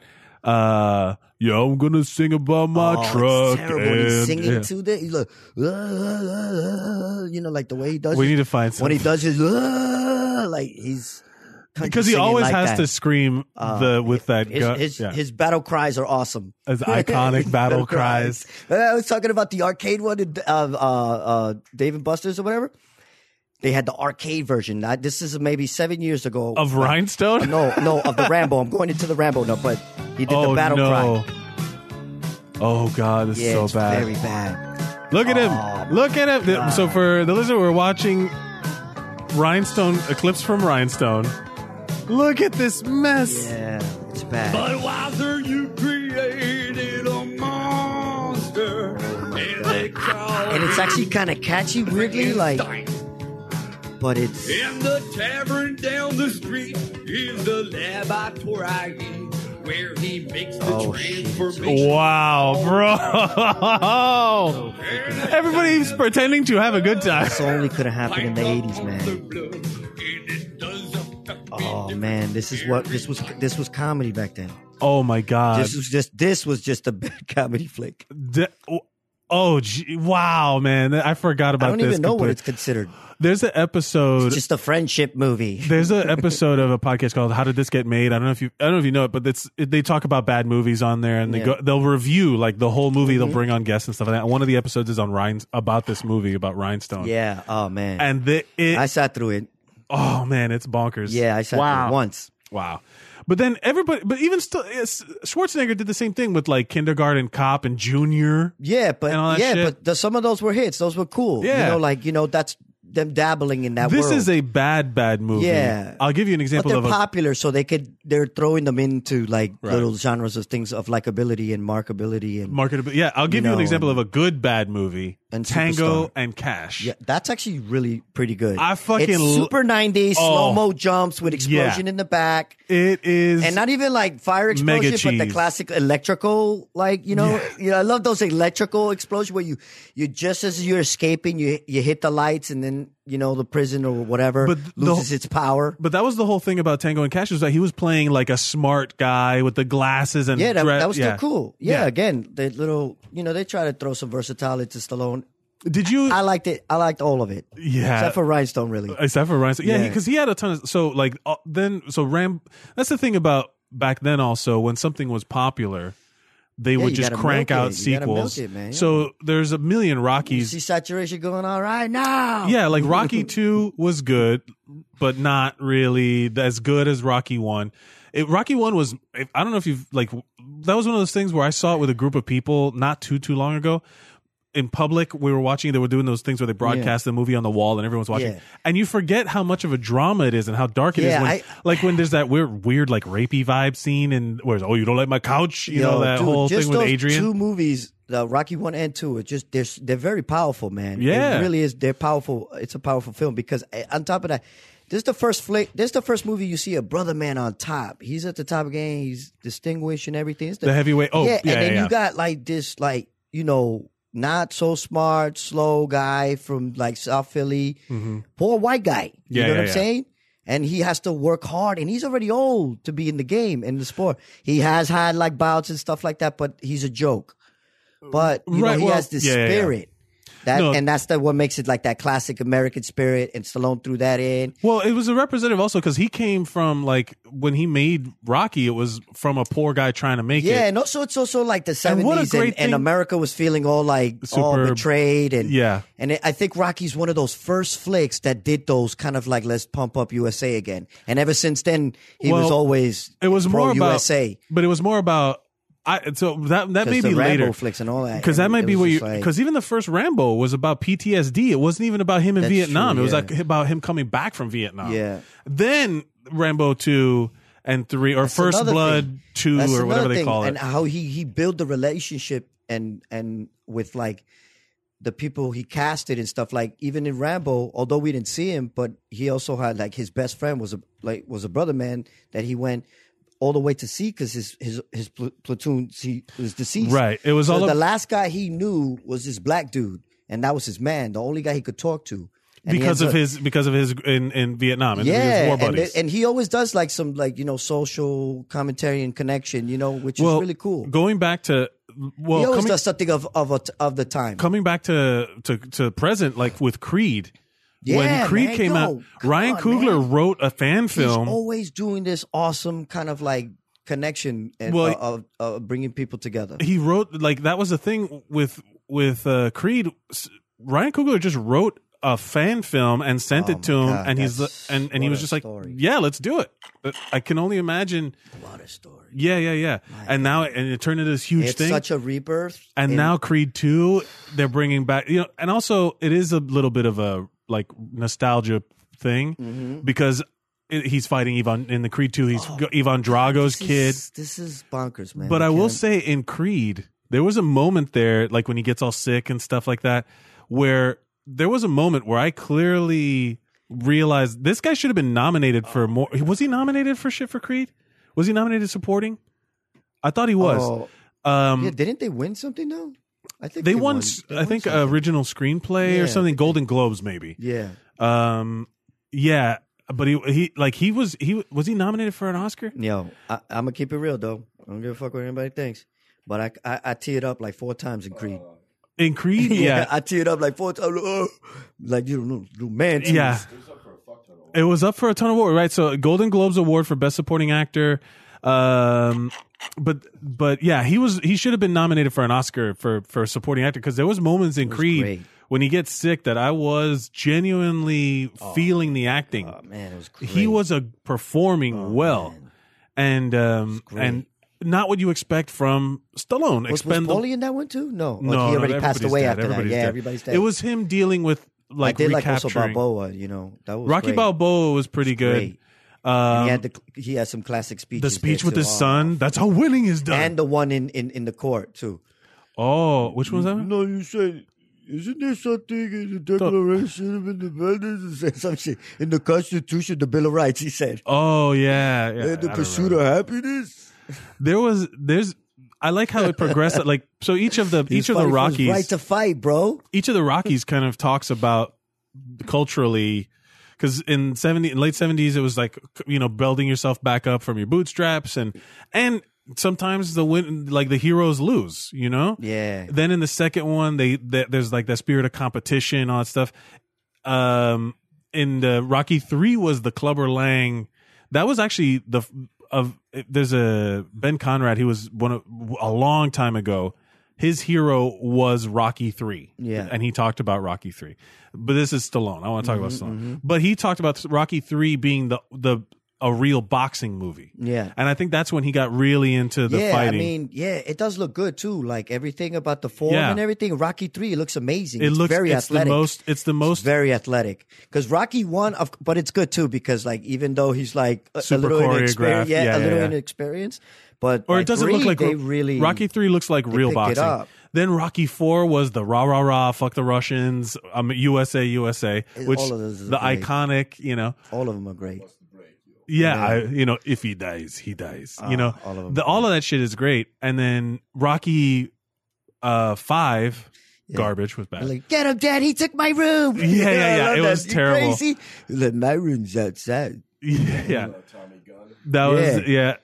Speaker 2: Uh, yeah, I'm gonna sing about my
Speaker 3: Oh, it's
Speaker 2: truck.
Speaker 3: terrible. when he's
Speaker 2: and-
Speaker 3: singing
Speaker 2: yeah.
Speaker 3: to the, he's like, "Ah, ah, ah, ah," you know, like the way he does.
Speaker 2: We
Speaker 3: it.
Speaker 2: need to find
Speaker 3: when
Speaker 2: some
Speaker 3: he does his, "Ah," like he's country
Speaker 2: because he
Speaker 3: singing
Speaker 2: always
Speaker 3: like
Speaker 2: has
Speaker 3: that. Uh,
Speaker 2: to scream the with that
Speaker 3: His,
Speaker 2: gut.
Speaker 3: his,
Speaker 2: yeah.
Speaker 3: his battle cries are awesome.
Speaker 2: His iconic battle cries.
Speaker 3: Uh, I was talking about the arcade one, in, uh, uh, uh, Dave and Buster's or whatever. They had the arcade version. I, this is maybe seven years ago.
Speaker 2: of Rhinestone.
Speaker 3: no, no, of the Rambo. I'm going into the Rambo now, but he did
Speaker 2: oh
Speaker 3: the battle
Speaker 2: no!
Speaker 3: cry.
Speaker 2: Oh god, this
Speaker 3: Yeah,
Speaker 2: is so
Speaker 3: it's
Speaker 2: bad.
Speaker 3: very bad.
Speaker 2: Look at him! Look at him! Th- So for the listener, we're watching Rhinestone Eclipse from Rhinestone. Look at this mess.
Speaker 3: Yeah, it's bad.
Speaker 5: Budweiser, you created a monster. And they call
Speaker 3: and it's actually kind of catchy, weirdly, like,
Speaker 5: Stein.
Speaker 3: but it's
Speaker 5: In the tavern down the street is the laboratory where he makes the
Speaker 3: Oh, shit.
Speaker 5: transformation.
Speaker 2: Wow, bro! Everybody's pretending to have a good time.
Speaker 3: this only could have happened in the '80s, man.
Speaker 5: man.
Speaker 3: Oh man, this is what this was. This was comedy back then.
Speaker 2: Oh my god!
Speaker 3: This was just this was just a bad comedy flick.
Speaker 2: D- Oh, gee, wow, man! I forgot about
Speaker 3: I don't
Speaker 2: this.
Speaker 3: even know what
Speaker 2: completely.
Speaker 3: it's considered.
Speaker 2: There's an episode.
Speaker 3: It's just a friendship movie.
Speaker 2: There's an episode of a podcast called "How Did This Get Made." I don't know if you, I don't know if you know it, but it's it, they talk about bad movies on there, and they
Speaker 3: Yeah.
Speaker 2: go,
Speaker 3: Mm-hmm.
Speaker 2: they'll review like the whole movie. They'll bring on guests and stuff like that. And one of the episodes is on Rhine about this movie about Rhinestone.
Speaker 3: Yeah. Oh man.
Speaker 2: and the, it,
Speaker 3: I sat through it.
Speaker 2: oh man, it's bonkers.
Speaker 3: Yeah, I sat through it once.
Speaker 2: Wow. But then everybody, but even still, yes, Schwarzenegger did the same thing with like Kindergarten Cop and Junior.
Speaker 3: Yeah,
Speaker 2: And all that
Speaker 3: but yeah,
Speaker 2: shit.
Speaker 3: but the, some of those were hits. Those were cool.
Speaker 2: Yeah.
Speaker 3: You know, like you know, that's them dabbling in that.
Speaker 2: This
Speaker 3: world.
Speaker 2: is a bad, bad movie.
Speaker 3: Yeah.
Speaker 2: I'll give you an
Speaker 3: But
Speaker 2: example
Speaker 3: they're
Speaker 2: of a
Speaker 3: popular, so they could they're throwing them into like
Speaker 2: Right.
Speaker 3: little genres of things of likability and markability and
Speaker 2: marketable. Yeah, I'll give you,
Speaker 3: You
Speaker 2: an
Speaker 3: know,
Speaker 2: example of a good, bad movie
Speaker 3: and
Speaker 2: Tango
Speaker 3: Superstar.
Speaker 2: and Cash.
Speaker 3: yeah, that's actually really pretty good.
Speaker 2: I fucking
Speaker 3: it's
Speaker 2: lo-
Speaker 3: super nineties
Speaker 2: Oh.
Speaker 3: slow mo jumps with explosion in the back.
Speaker 2: It is.
Speaker 3: And not even like fire
Speaker 2: Mega
Speaker 3: explosion, but the
Speaker 2: cheese.
Speaker 3: classic electrical, like you know, you know, I love those electrical explosions where you, you just as you're escaping, you you hit the lights, and then you know the prison or whatever
Speaker 2: But the-
Speaker 3: loses its power.
Speaker 2: but that was the whole thing about Tango and Cash was that he was playing like a smart guy with the glasses and
Speaker 3: Yeah, that,
Speaker 2: dre-
Speaker 3: that was
Speaker 2: yeah.
Speaker 3: still cool. Yeah,
Speaker 2: Yeah.
Speaker 3: again, the little, you know, they try to throw some versatility to Stallone.
Speaker 2: Did you?
Speaker 3: I liked it. I liked all of it.
Speaker 2: Yeah. Uh,
Speaker 3: except for Rhinestone, really.
Speaker 2: except for Ryan. Yeah,
Speaker 3: Yeah.
Speaker 2: because he, had a ton of so like uh, then so Ram. That's the thing about back then also when something was popular, they would
Speaker 3: you
Speaker 2: just
Speaker 3: gotta
Speaker 2: crank
Speaker 3: milk it.
Speaker 2: out
Speaker 3: You gotta milk
Speaker 2: sequels.
Speaker 3: it, man. Yeah.
Speaker 2: So there's a million
Speaker 3: You
Speaker 2: Rockies.
Speaker 3: see saturation going on right now.
Speaker 2: yeah, like Rocky Two was good, but not really as good as Rocky One. It, Rocky One was I don't know if you've like that was one of those things where I saw it with a group of people not too too long ago. In public, we were watching. They were doing those things where they broadcast the movie on the wall, and everyone's watching.
Speaker 3: Yeah.
Speaker 2: And you forget how much of a drama it is and how dark it is.
Speaker 3: Yeah,
Speaker 2: when,
Speaker 3: I-
Speaker 2: like when there's that weird, weird, like rapey vibe scene, and where's oh, you don't like my couch, you know
Speaker 3: Yo,
Speaker 2: that
Speaker 3: dude,
Speaker 2: whole
Speaker 3: just
Speaker 2: thing with
Speaker 3: those
Speaker 2: Adrian.
Speaker 3: Two movies, the Rocky one and two, are just they're they're very powerful, man.
Speaker 2: Yeah.
Speaker 3: it really is. They're powerful. It's a powerful film because eh, on top of that, this is the first flick. This is the first movie you see a brother man on top. He's at the top of the game. He's distinguished and everything. It's
Speaker 2: The heavyweight- oh, yeah,
Speaker 3: and then
Speaker 2: yeah, yeah.
Speaker 3: you got like this, like you know. Not so smart, slow guy from like South Philly, poor white guy. You
Speaker 2: Mm-hmm. Yeah,
Speaker 3: know
Speaker 2: yeah,
Speaker 3: what I'm
Speaker 2: yeah.
Speaker 3: saying? and he has to work hard and he's already old to be in the game in the sport he has had like bouts and stuff like that but he's a joke but you
Speaker 2: Right,
Speaker 3: know, he
Speaker 2: well,
Speaker 3: has this
Speaker 2: yeah, yeah, yeah.
Speaker 3: spirit That,
Speaker 2: No.
Speaker 3: and that's the, what makes it like that classic American spirit, and Stallone threw that in.
Speaker 2: Well, it was a representative also because he came from like when he made Rocky, it was from a poor guy trying to make
Speaker 3: Yeah,
Speaker 2: it.
Speaker 3: and also it's also like the
Speaker 2: And what a
Speaker 3: seventies, and,
Speaker 2: great
Speaker 3: and,
Speaker 2: thing-
Speaker 3: America was feeling all like all
Speaker 2: Super-
Speaker 3: betrayed, and
Speaker 2: Yeah.
Speaker 3: and it, I think Rocky's one of those first flicks that did those kind of like let's pump up USA again, and ever since then he was
Speaker 2: Well,
Speaker 3: always
Speaker 2: It was
Speaker 3: pro
Speaker 2: more about
Speaker 3: USA
Speaker 2: but it was more about I. So that that may
Speaker 3: because
Speaker 2: be
Speaker 3: the Rambo
Speaker 2: later
Speaker 3: flicks and all that
Speaker 2: because that
Speaker 3: and
Speaker 2: might
Speaker 3: it
Speaker 2: be
Speaker 3: was
Speaker 2: where you
Speaker 3: just like-
Speaker 2: because even the first Rambo was about PTSD. It wasn't even about him in
Speaker 3: That's
Speaker 2: Vietnam.
Speaker 3: true,
Speaker 2: It was
Speaker 3: yeah.
Speaker 2: like about him coming back from Vietnam.
Speaker 3: Yeah.
Speaker 2: Then Rambo two and three or
Speaker 3: That's
Speaker 2: First
Speaker 3: another
Speaker 2: Blood
Speaker 3: thing.
Speaker 2: two
Speaker 3: That's
Speaker 2: or whatever
Speaker 3: another
Speaker 2: they
Speaker 3: thing,
Speaker 2: call it.
Speaker 3: and uh, how he he built the relationship and and with like the people he casted and stuff like even in Rambo, although we didn't see him, but he also had like his best friend was a like was a brother man that he went all the way to see because his his his pl- platoon he was deceased.
Speaker 2: Right. It was
Speaker 3: So
Speaker 2: all
Speaker 3: the
Speaker 2: ab-
Speaker 3: last guy he knew was this black dude, and that was his man, the only guy he could talk to. And he
Speaker 2: because
Speaker 3: ends
Speaker 2: of
Speaker 3: up-
Speaker 2: his because of his in, in Vietnam and his
Speaker 3: yeah,
Speaker 2: war
Speaker 3: and,
Speaker 2: buddies.
Speaker 3: they- and he always does like some like you know social commentary and connection, you know, which is really cool.
Speaker 2: Going back to well,
Speaker 3: he always
Speaker 2: coming,
Speaker 3: does something of of a t of the time.
Speaker 2: coming back to, to to present, like with Creed, when
Speaker 3: Yeah,
Speaker 2: Creed
Speaker 3: man,
Speaker 2: came
Speaker 3: yo,
Speaker 2: out,
Speaker 3: come
Speaker 2: Ryan
Speaker 3: on,
Speaker 2: Coogler
Speaker 3: man.
Speaker 2: wrote a fan
Speaker 3: He's
Speaker 2: film.
Speaker 3: always doing this awesome kind of like connection and
Speaker 2: Well,
Speaker 3: uh, of, of bringing people together.
Speaker 2: he wrote like that was the thing with with uh, Creed. S- Ryan Coogler just wrote a fan film and sent
Speaker 3: Oh
Speaker 2: it to
Speaker 3: my
Speaker 2: him,
Speaker 3: God,
Speaker 2: and he's
Speaker 3: that's-
Speaker 2: and and he
Speaker 3: what
Speaker 2: was
Speaker 3: a
Speaker 2: just like,
Speaker 3: story.
Speaker 2: yeah, let's do it. But I can only imagine.
Speaker 3: what a story!
Speaker 2: Yeah, yeah, yeah. and now and it turned into this huge
Speaker 3: It's
Speaker 2: thing.
Speaker 3: such a rebirth,
Speaker 2: and
Speaker 3: in-
Speaker 2: now Creed Two, they're bringing back you know, and also it is a little bit of a like nostalgia thing
Speaker 3: mm-hmm.
Speaker 2: because it, he's fighting Ivan in the Creed Two. He's Ivan Drago's
Speaker 3: Oh, this is-
Speaker 2: kid,
Speaker 3: This is bonkers, man.
Speaker 2: but I will
Speaker 3: can't-
Speaker 2: say in Creed there was a moment there, like when he gets all sick and stuff like that, where there was a moment where I clearly realized this guy should have been nominated for more.
Speaker 3: Oh,
Speaker 2: Was he nominated for shit for Creed? Was he nominated supporting? I thought he was.
Speaker 3: Oh,
Speaker 2: um,
Speaker 3: yeah, didn't they win something though? I think
Speaker 2: they, won,
Speaker 3: s-
Speaker 2: s
Speaker 3: they
Speaker 2: I
Speaker 3: won
Speaker 2: think uh,
Speaker 3: something.
Speaker 2: original screenplay
Speaker 3: Yeah,
Speaker 2: or
Speaker 3: I
Speaker 2: something golden globes maybe
Speaker 3: yeah.
Speaker 2: um yeah but he he like he was he was he nominated for an oscar
Speaker 3: Yo, I, I'm gonna keep it real though. I don't give a fuck what anybody thinks. But I, I, I teared up like four times in Creed.
Speaker 2: increase. Yeah,
Speaker 3: I teared up like four times. Ugh. Like you don't know, do man. tears.
Speaker 2: yeah.
Speaker 4: It was up for a fuck ton of
Speaker 2: It was up for a ton of awards, right? So Golden Globes award for best supporting actor. Um, but but yeah, he was he should have been nominated for an Oscar for for supporting actor because there was moments in Creed
Speaker 3: great.
Speaker 2: when he gets sick that I was genuinely feeling the acting.
Speaker 3: Oh, man, it was great. Oh,
Speaker 2: he was a performing well,
Speaker 3: man.
Speaker 2: and um and not what you expect from Stallone.
Speaker 3: was, was
Speaker 2: Expend-
Speaker 3: Paulie in that one too? No, Or
Speaker 2: no,
Speaker 3: he
Speaker 2: no,
Speaker 3: already passed
Speaker 2: everybody's
Speaker 3: away
Speaker 2: dead.
Speaker 3: after
Speaker 2: everybody's
Speaker 3: that. Yeah,
Speaker 2: dead.
Speaker 3: everybody's dead.
Speaker 2: It was him dealing with like
Speaker 3: I did like also
Speaker 2: recapturing.
Speaker 3: Balboa. You know, that was
Speaker 2: Rocky
Speaker 3: great.
Speaker 2: Balboa was pretty good.
Speaker 3: Great.
Speaker 2: Um,
Speaker 3: he had the he had some classic speeches.
Speaker 2: the speech
Speaker 3: there,
Speaker 2: with
Speaker 3: too.
Speaker 2: his
Speaker 3: Oh.
Speaker 2: son. That's how winning is done.
Speaker 3: and the one in in in the court too.
Speaker 2: oh, which one was that?
Speaker 3: No, you said, isn't there something in the Declaration of Independence? It said some shit in the Constitution, the Bill of Rights. He said,
Speaker 2: Oh yeah, yeah,
Speaker 3: "In the
Speaker 2: I don't
Speaker 3: pursuit
Speaker 2: remember.
Speaker 3: of happiness."
Speaker 2: There was there's. I like how it progressed. like so, each of the
Speaker 3: He
Speaker 2: each
Speaker 3: was
Speaker 2: of the
Speaker 3: fighting for his
Speaker 2: Rockies,
Speaker 3: right to fight, bro.
Speaker 2: each of the Rockies kind of talks about culturally because in 70 in late 70s it was like you know building yourself back up from your bootstraps and and sometimes the win like the heroes lose you know
Speaker 3: Yeah.
Speaker 2: then in the second one they, th there's like that spirit of competition all that stuff um in the rocky 3 was the clubber lang that was actually the f- of there's a ben conrad he was one of a long time ago his hero was rocky 3
Speaker 3: Yeah.
Speaker 2: and he talked about rocky 3 but this is stallone i want to talk about
Speaker 3: Mm-hmm,
Speaker 2: stallone but he talked about rocky 3 being the the a real boxing movie
Speaker 3: Yeah.
Speaker 2: and i think that's when he got really into the
Speaker 3: yeah,
Speaker 2: fighting
Speaker 3: I mean, yeah, it does look good too. Like everything about the form
Speaker 2: Yeah.
Speaker 3: and everything. Rocky three looks amazing.
Speaker 2: it
Speaker 3: it's
Speaker 2: looks
Speaker 3: very
Speaker 2: it's
Speaker 3: athletic.
Speaker 2: the most it's the
Speaker 3: It's
Speaker 2: most
Speaker 3: very athletic because Rocky one, of, but it's good too because like even though he's like a, a
Speaker 2: Super
Speaker 3: little
Speaker 2: choreographed.
Speaker 3: inexperienced, yeah,
Speaker 2: Yeah,
Speaker 3: a little
Speaker 2: yeah, yeah.
Speaker 3: inexperienced, but
Speaker 2: or
Speaker 3: like
Speaker 2: it doesn't look
Speaker 3: three,
Speaker 2: like
Speaker 3: they really
Speaker 2: Rocky Three looks like real
Speaker 3: picked it
Speaker 2: boxing.
Speaker 3: up.
Speaker 2: Then Rocky Four was the rah rah rah fuck the Russians um, USA USA,
Speaker 3: It-
Speaker 2: which
Speaker 3: all of those are
Speaker 2: the
Speaker 3: great.
Speaker 2: iconic you know
Speaker 3: All of them are great.
Speaker 2: yeah, I, you know if he dies he dies you know
Speaker 3: Uh, all of 'em
Speaker 2: the,
Speaker 3: are
Speaker 2: all of that shit is great and then Rocky uh Five garbage was bad
Speaker 3: Like, get him, Dad! He took my room.
Speaker 2: Yeah, yeah, yeah,
Speaker 3: I love
Speaker 2: it
Speaker 3: that.
Speaker 2: was
Speaker 3: You
Speaker 2: terrible.
Speaker 3: Crazy. Like, my room's outside.
Speaker 2: yeah, yeah
Speaker 4: uh, Tommy Gunn.
Speaker 2: that was yeah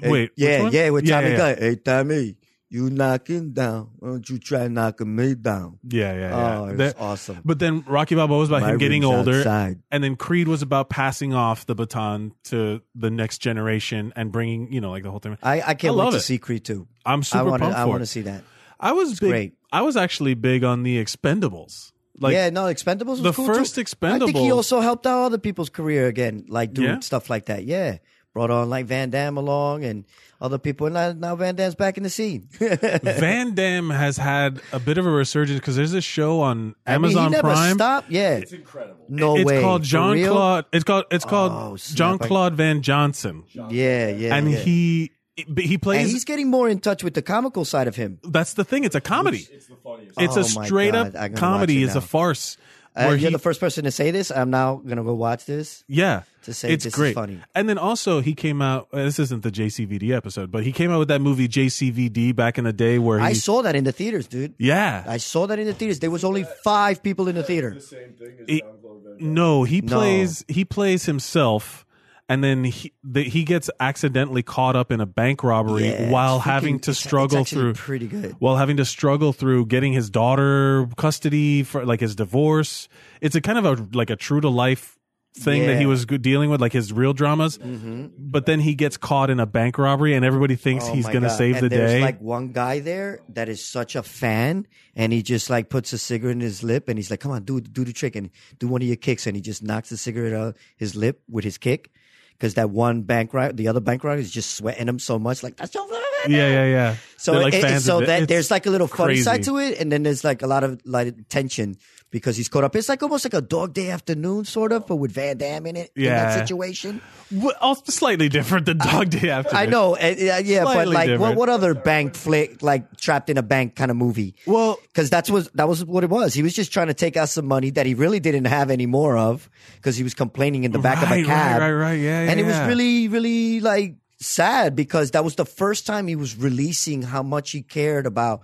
Speaker 3: Hey,
Speaker 2: wait which
Speaker 3: Uh, yeah,
Speaker 2: one?
Speaker 3: yeah, with Tommy
Speaker 2: yeah,
Speaker 3: Gunn. Hey, Tommy, you knock him down. Why don't you try knocking me down?
Speaker 2: yeah yeah yeah
Speaker 3: Oh, it was
Speaker 2: That-
Speaker 3: awesome.
Speaker 2: but then Rocky Balboa was about
Speaker 3: My
Speaker 2: him getting
Speaker 3: room's
Speaker 2: older
Speaker 3: outside.
Speaker 2: and then Creed was about passing off the baton to the next generation and bringing, you know, like the whole thing.
Speaker 3: I, I
Speaker 2: I
Speaker 3: can't wait
Speaker 2: love
Speaker 3: to
Speaker 2: it.
Speaker 3: see Creed too.
Speaker 2: I'm
Speaker 3: I
Speaker 2: super
Speaker 3: want to.
Speaker 2: pumped
Speaker 3: I
Speaker 2: for
Speaker 3: want to
Speaker 2: it.
Speaker 3: see that.
Speaker 2: I was big.
Speaker 3: great.
Speaker 2: I was actually big on the Expendables. Like,
Speaker 3: yeah, no, Expendables was
Speaker 2: the
Speaker 3: cool
Speaker 2: first
Speaker 3: too. I think he
Speaker 2: Expendables-
Speaker 3: also helped out other people's career again, like doing
Speaker 2: Yeah?
Speaker 3: stuff like that. Yeah, brought on like Van Damme along and other people, and now, now Van Damme's back in the scene.
Speaker 2: Van Damme has had a bit of a resurgence because there's a show on
Speaker 3: I mean,
Speaker 2: Amazon
Speaker 3: he never
Speaker 2: Prime.
Speaker 3: stopped. Yeah,
Speaker 4: It's incredible.
Speaker 3: no
Speaker 2: it's
Speaker 3: way.
Speaker 2: called
Speaker 3: For
Speaker 2: John
Speaker 3: real?
Speaker 2: Claude. It's called it's called
Speaker 3: Oh, snap.
Speaker 2: John Claude Van Johnson,
Speaker 3: Yeah, yeah,
Speaker 2: and
Speaker 3: yeah.
Speaker 2: he but he
Speaker 3: and
Speaker 2: plays.
Speaker 3: he's getting more in touch with the comical side of him.
Speaker 2: that's the thing. It's a comedy.
Speaker 4: It's the funniest.
Speaker 2: It's a
Speaker 3: Oh my
Speaker 2: straight
Speaker 3: God, I
Speaker 2: up
Speaker 3: gotta watch
Speaker 2: comedy.
Speaker 3: it
Speaker 2: It's a
Speaker 3: now.
Speaker 2: farce.
Speaker 3: Uh,
Speaker 2: where
Speaker 3: you're
Speaker 2: he-
Speaker 3: the first person to say this. I'm now gonna go watch this.
Speaker 2: Yeah.
Speaker 3: To say
Speaker 2: it's
Speaker 3: this is
Speaker 2: great.
Speaker 3: funny.
Speaker 2: And then also he came out uh, this isn't the JCVD episode, but he came out with that movie JCVD back in the day where he
Speaker 3: I saw that in the theaters, dude.
Speaker 2: Yeah.
Speaker 3: I saw that in the theaters. There was only five people in the theater.
Speaker 4: The same thing as
Speaker 2: It-
Speaker 4: John Claude Van Damme.
Speaker 2: no, he
Speaker 3: No.
Speaker 2: plays he plays himself and then he the, he gets accidentally caught up in a bank robbery
Speaker 3: Yeah,
Speaker 2: while
Speaker 3: it's
Speaker 2: having
Speaker 3: freaking-
Speaker 2: to
Speaker 3: it's- it's
Speaker 2: struggle
Speaker 3: actually
Speaker 2: through
Speaker 3: pretty good.
Speaker 2: while having to struggle through getting his daughter custody for like his divorce. It's a kind of a like a true to life thing that
Speaker 3: Yeah. Mm-hmm.
Speaker 2: he was good dealing with, like his real dramas. But then he gets caught in a bank robbery, and everybody thinks
Speaker 3: Oh
Speaker 2: he's
Speaker 3: my
Speaker 2: going to
Speaker 3: God.
Speaker 2: save
Speaker 3: and
Speaker 2: the
Speaker 3: there's
Speaker 2: day.
Speaker 3: like one guy there that is such a fan, and he just like puts a cigarette in his lip, and he's like, "Come on, do do the trick and do one of your kicks," and he just knocks the cigarette out his lip with his kick, because that one bank robber, the other bank robber, is just sweating him so much, like that's so.
Speaker 2: yeah, yeah, yeah.
Speaker 3: So
Speaker 2: They're,
Speaker 3: it- it-
Speaker 2: fans
Speaker 3: so
Speaker 2: of it.
Speaker 3: that
Speaker 2: It's
Speaker 3: there's like a little funny
Speaker 2: crazy.
Speaker 3: side to it, and then there's like a lot of like tension because he's caught up. It's like almost like a dog day afternoon, sort of, but with Van Damme in it in
Speaker 2: Yeah.
Speaker 3: that situation.
Speaker 2: Well, also slightly different than Dog Day Afternoon.
Speaker 3: I know, uh, yeah, yeah, but
Speaker 2: Slightly
Speaker 3: like, what,
Speaker 2: different.
Speaker 3: what other bank flick, like trapped in a bank kind of movie?
Speaker 2: Well-
Speaker 3: because that's was that was what it was. He was just trying to take out some money that he really didn't have any more of because he was complaining in the back of
Speaker 2: Right, right,
Speaker 3: a cab.
Speaker 2: right, right. Yeah, yeah,
Speaker 3: and it was
Speaker 2: yeah.
Speaker 3: really, really like sad because that was the first time he was releasing how much he cared about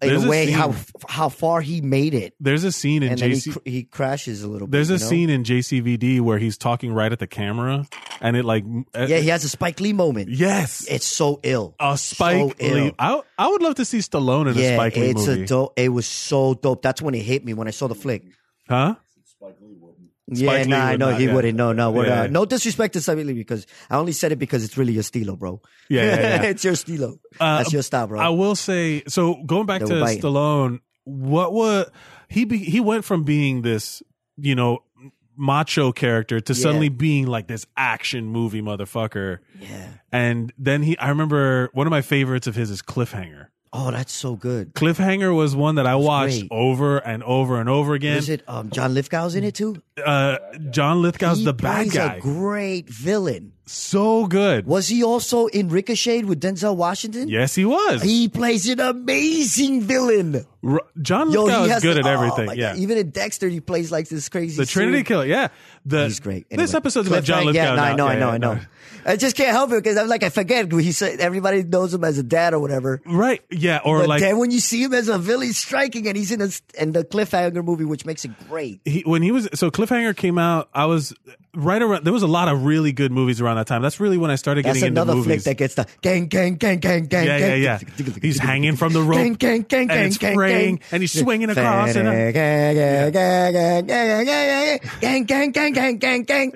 Speaker 3: in
Speaker 2: There's
Speaker 3: a
Speaker 2: a
Speaker 3: way
Speaker 2: scene-
Speaker 3: how how far he made it,
Speaker 2: There's a scene in
Speaker 3: and then he,
Speaker 2: JC.
Speaker 3: cr- he crashes a little. bit.
Speaker 2: There's a
Speaker 3: you know?
Speaker 2: scene in JCVD where he's talking right at the camera, and it like m- uh,
Speaker 3: Yeah, he has a Spike Lee moment.
Speaker 2: yes,
Speaker 3: It's so ill.
Speaker 2: a Spike
Speaker 3: so ill.
Speaker 2: Lee. I I would love to see Stallone in a
Speaker 3: yeah,
Speaker 2: Spike Lee
Speaker 3: it's
Speaker 2: movie.
Speaker 3: a dope. It was so dope. That's when it hit me when I saw the flick.
Speaker 2: huh?
Speaker 3: yeah,
Speaker 2: Spike Lee
Speaker 3: nah, I
Speaker 2: would
Speaker 3: know
Speaker 2: not,
Speaker 3: he
Speaker 2: yeah.
Speaker 3: wouldn't. No, no, we're
Speaker 2: Yeah,
Speaker 3: not-
Speaker 2: yeah.
Speaker 3: no disrespect to Spike Lee because I only said it because it's really your stilo, bro.
Speaker 2: Yeah, yeah, yeah.
Speaker 3: it's your stilo.
Speaker 2: Uh,
Speaker 3: That's your style, bro.
Speaker 2: I will say so. Going back
Speaker 3: They
Speaker 2: to
Speaker 3: were biting.
Speaker 2: Stallone, what was he? Be, he went from being this, you know, macho character to
Speaker 3: Yeah.
Speaker 2: suddenly being like this action movie motherfucker.
Speaker 3: yeah.
Speaker 2: And then he, I remember one of my favorites of his is Cliffhanger.
Speaker 3: Oh, that's so good.
Speaker 2: Cliffhanger was one that I watched
Speaker 3: great.
Speaker 2: over and over and over again.
Speaker 3: Is it um, John Lithgow's in it too?
Speaker 2: Uh, John Lithgow's
Speaker 3: He
Speaker 2: the bad
Speaker 3: plays
Speaker 2: guy.
Speaker 3: A great villain.
Speaker 2: so good.
Speaker 3: Was he also in Ricochet with Denzel Washington?
Speaker 2: Yes, he was.
Speaker 3: He plays an amazing villain.
Speaker 2: R- John
Speaker 3: Yo,
Speaker 2: Lithgow
Speaker 3: he
Speaker 2: is
Speaker 3: has
Speaker 2: good
Speaker 3: the-
Speaker 2: at
Speaker 3: oh
Speaker 2: everything.
Speaker 3: my
Speaker 2: yeah.
Speaker 3: God. Even in Dexter, he plays like this crazy.
Speaker 2: the Trinity
Speaker 3: serial-
Speaker 2: Killer. Yeah. The,
Speaker 3: He's great.
Speaker 2: This
Speaker 3: Anyway.
Speaker 2: episode's about John
Speaker 3: Cliffhanger,
Speaker 2: Lithgow.
Speaker 3: Yeah, no, I
Speaker 2: now.
Speaker 3: know, I
Speaker 2: Yeah,
Speaker 3: know,
Speaker 2: yeah,
Speaker 3: I know.
Speaker 2: no.
Speaker 3: I just can't help it because I'm like I forget. He said everybody knows him as a dad or whatever.
Speaker 2: Right. Yeah. Or
Speaker 3: But
Speaker 2: like
Speaker 3: then when you see him as a villain striking and he's in a, in the cliffhanger movie, which makes it great.
Speaker 2: he, when he was so Cliffhanger came out, I was right around. There was a lot of really good movies aran that time. That's really when I started
Speaker 3: That's
Speaker 2: getting into
Speaker 3: another flick
Speaker 2: movies.
Speaker 3: that gets the gang, gang, gang, gang, gang,
Speaker 2: yeah, yeah,
Speaker 3: gang.
Speaker 2: yeah. He's hanging from the rope,
Speaker 3: Gang, gang, gang,
Speaker 2: and
Speaker 3: gang,
Speaker 2: it's
Speaker 3: gang,
Speaker 2: fraying,
Speaker 3: gang.
Speaker 2: and he's swinging across. and uh,
Speaker 3: Gang, gang, gang, gang, gang, gang, gang, gang, gang, gang, gang, gang.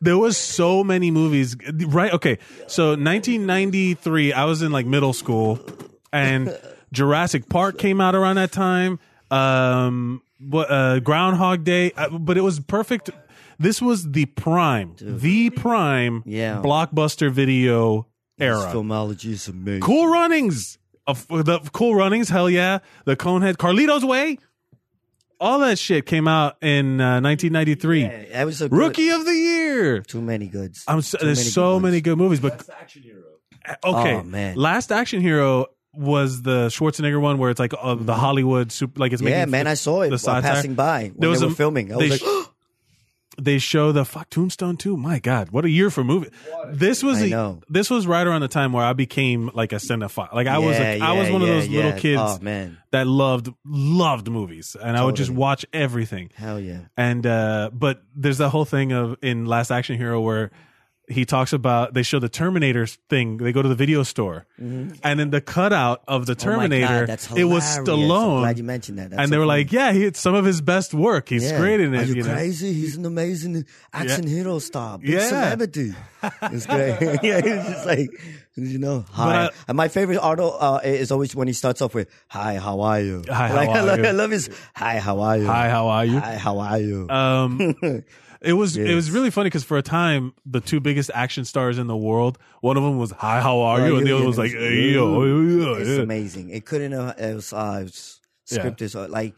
Speaker 2: there was so many movies right okay so 1993 i was in like middle school and jurassic park came out around that time um what uh groundhog day uh, but it was perfect this was the prime the prime
Speaker 3: Yeah.
Speaker 2: blockbuster video era
Speaker 3: Filmology is amazing.
Speaker 2: cool runnings of the cool runnings hell yeah the conehead carlito's way all that shit came out in uh, 1993
Speaker 3: Yeah, That was a good-
Speaker 2: rookie of the year
Speaker 3: Too many goods.
Speaker 2: I'm so,
Speaker 3: Too
Speaker 2: there's
Speaker 3: many
Speaker 2: so
Speaker 3: good ones.
Speaker 2: many good movies, but Uh,
Speaker 4: Action hero.
Speaker 2: okay.
Speaker 3: Oh, man.
Speaker 2: Last Action Hero was the Schwarzenegger one where it's like uh, the Hollywood super, like it's
Speaker 3: Mm-hmm. Yeah,
Speaker 2: making
Speaker 3: man, I saw it
Speaker 2: the
Speaker 3: while
Speaker 2: satire.
Speaker 3: passing by when
Speaker 2: There was
Speaker 3: they were
Speaker 2: a-
Speaker 3: filming. I
Speaker 2: they
Speaker 3: was like,
Speaker 2: sh- They show the fuck Tombstone too. My God, what a year for movie! This was
Speaker 3: I
Speaker 2: a-
Speaker 3: know.
Speaker 2: this was right around the time where I became like a cinephile. Like I was
Speaker 3: Yeah,
Speaker 2: like, I
Speaker 3: yeah,
Speaker 2: was one
Speaker 3: yeah,
Speaker 2: of those little
Speaker 3: yeah.
Speaker 2: kids
Speaker 3: Oh man,
Speaker 2: that loved loved movies, and I would just
Speaker 3: Totally.
Speaker 2: watch everything.
Speaker 3: hell yeah!
Speaker 2: And uh but there's that whole thing of in Last Action Hero where he talks about they show the Terminator thing. They go to the video store, and in the cutout of the Terminator,
Speaker 3: Mm-hmm. oh my God, that's
Speaker 2: it was
Speaker 3: hilarious.
Speaker 2: Stallone.
Speaker 3: I'm glad you mentioned that. That's
Speaker 2: and
Speaker 3: so
Speaker 2: they were
Speaker 3: funny.
Speaker 2: like, "Yeah, he, it's some of his best work. He's
Speaker 3: Yeah.
Speaker 2: great in it."
Speaker 3: Are you,
Speaker 2: you know?
Speaker 3: crazy? He's an amazing action hero star, big
Speaker 2: Yeah.
Speaker 3: celebrity. It's great. yeah, he was just like, you know, hi.
Speaker 2: I-
Speaker 3: and my favorite Arnold uh, is always when he starts off with "Hi, how are you?"
Speaker 2: Hi, how
Speaker 3: like, I,
Speaker 2: are
Speaker 3: love,
Speaker 2: you?
Speaker 3: I love his "Hi, how are you?"
Speaker 2: Hi, how are you?
Speaker 3: Hi, how are you?
Speaker 2: Um, it was it was
Speaker 3: Yes.
Speaker 2: really funny because for a time the two biggest action stars in the world, one of them was "Hi, how are
Speaker 3: Well,
Speaker 2: Oh, you?" and
Speaker 3: you-
Speaker 2: the other
Speaker 3: you
Speaker 2: was
Speaker 3: know,
Speaker 2: like,
Speaker 3: it's-
Speaker 2: "Hey, yo, oh, yo,
Speaker 3: it's
Speaker 2: yo, yo."
Speaker 3: amazing. It couldn't have it was, uh, it was
Speaker 2: Yeah.
Speaker 3: scripted. So, like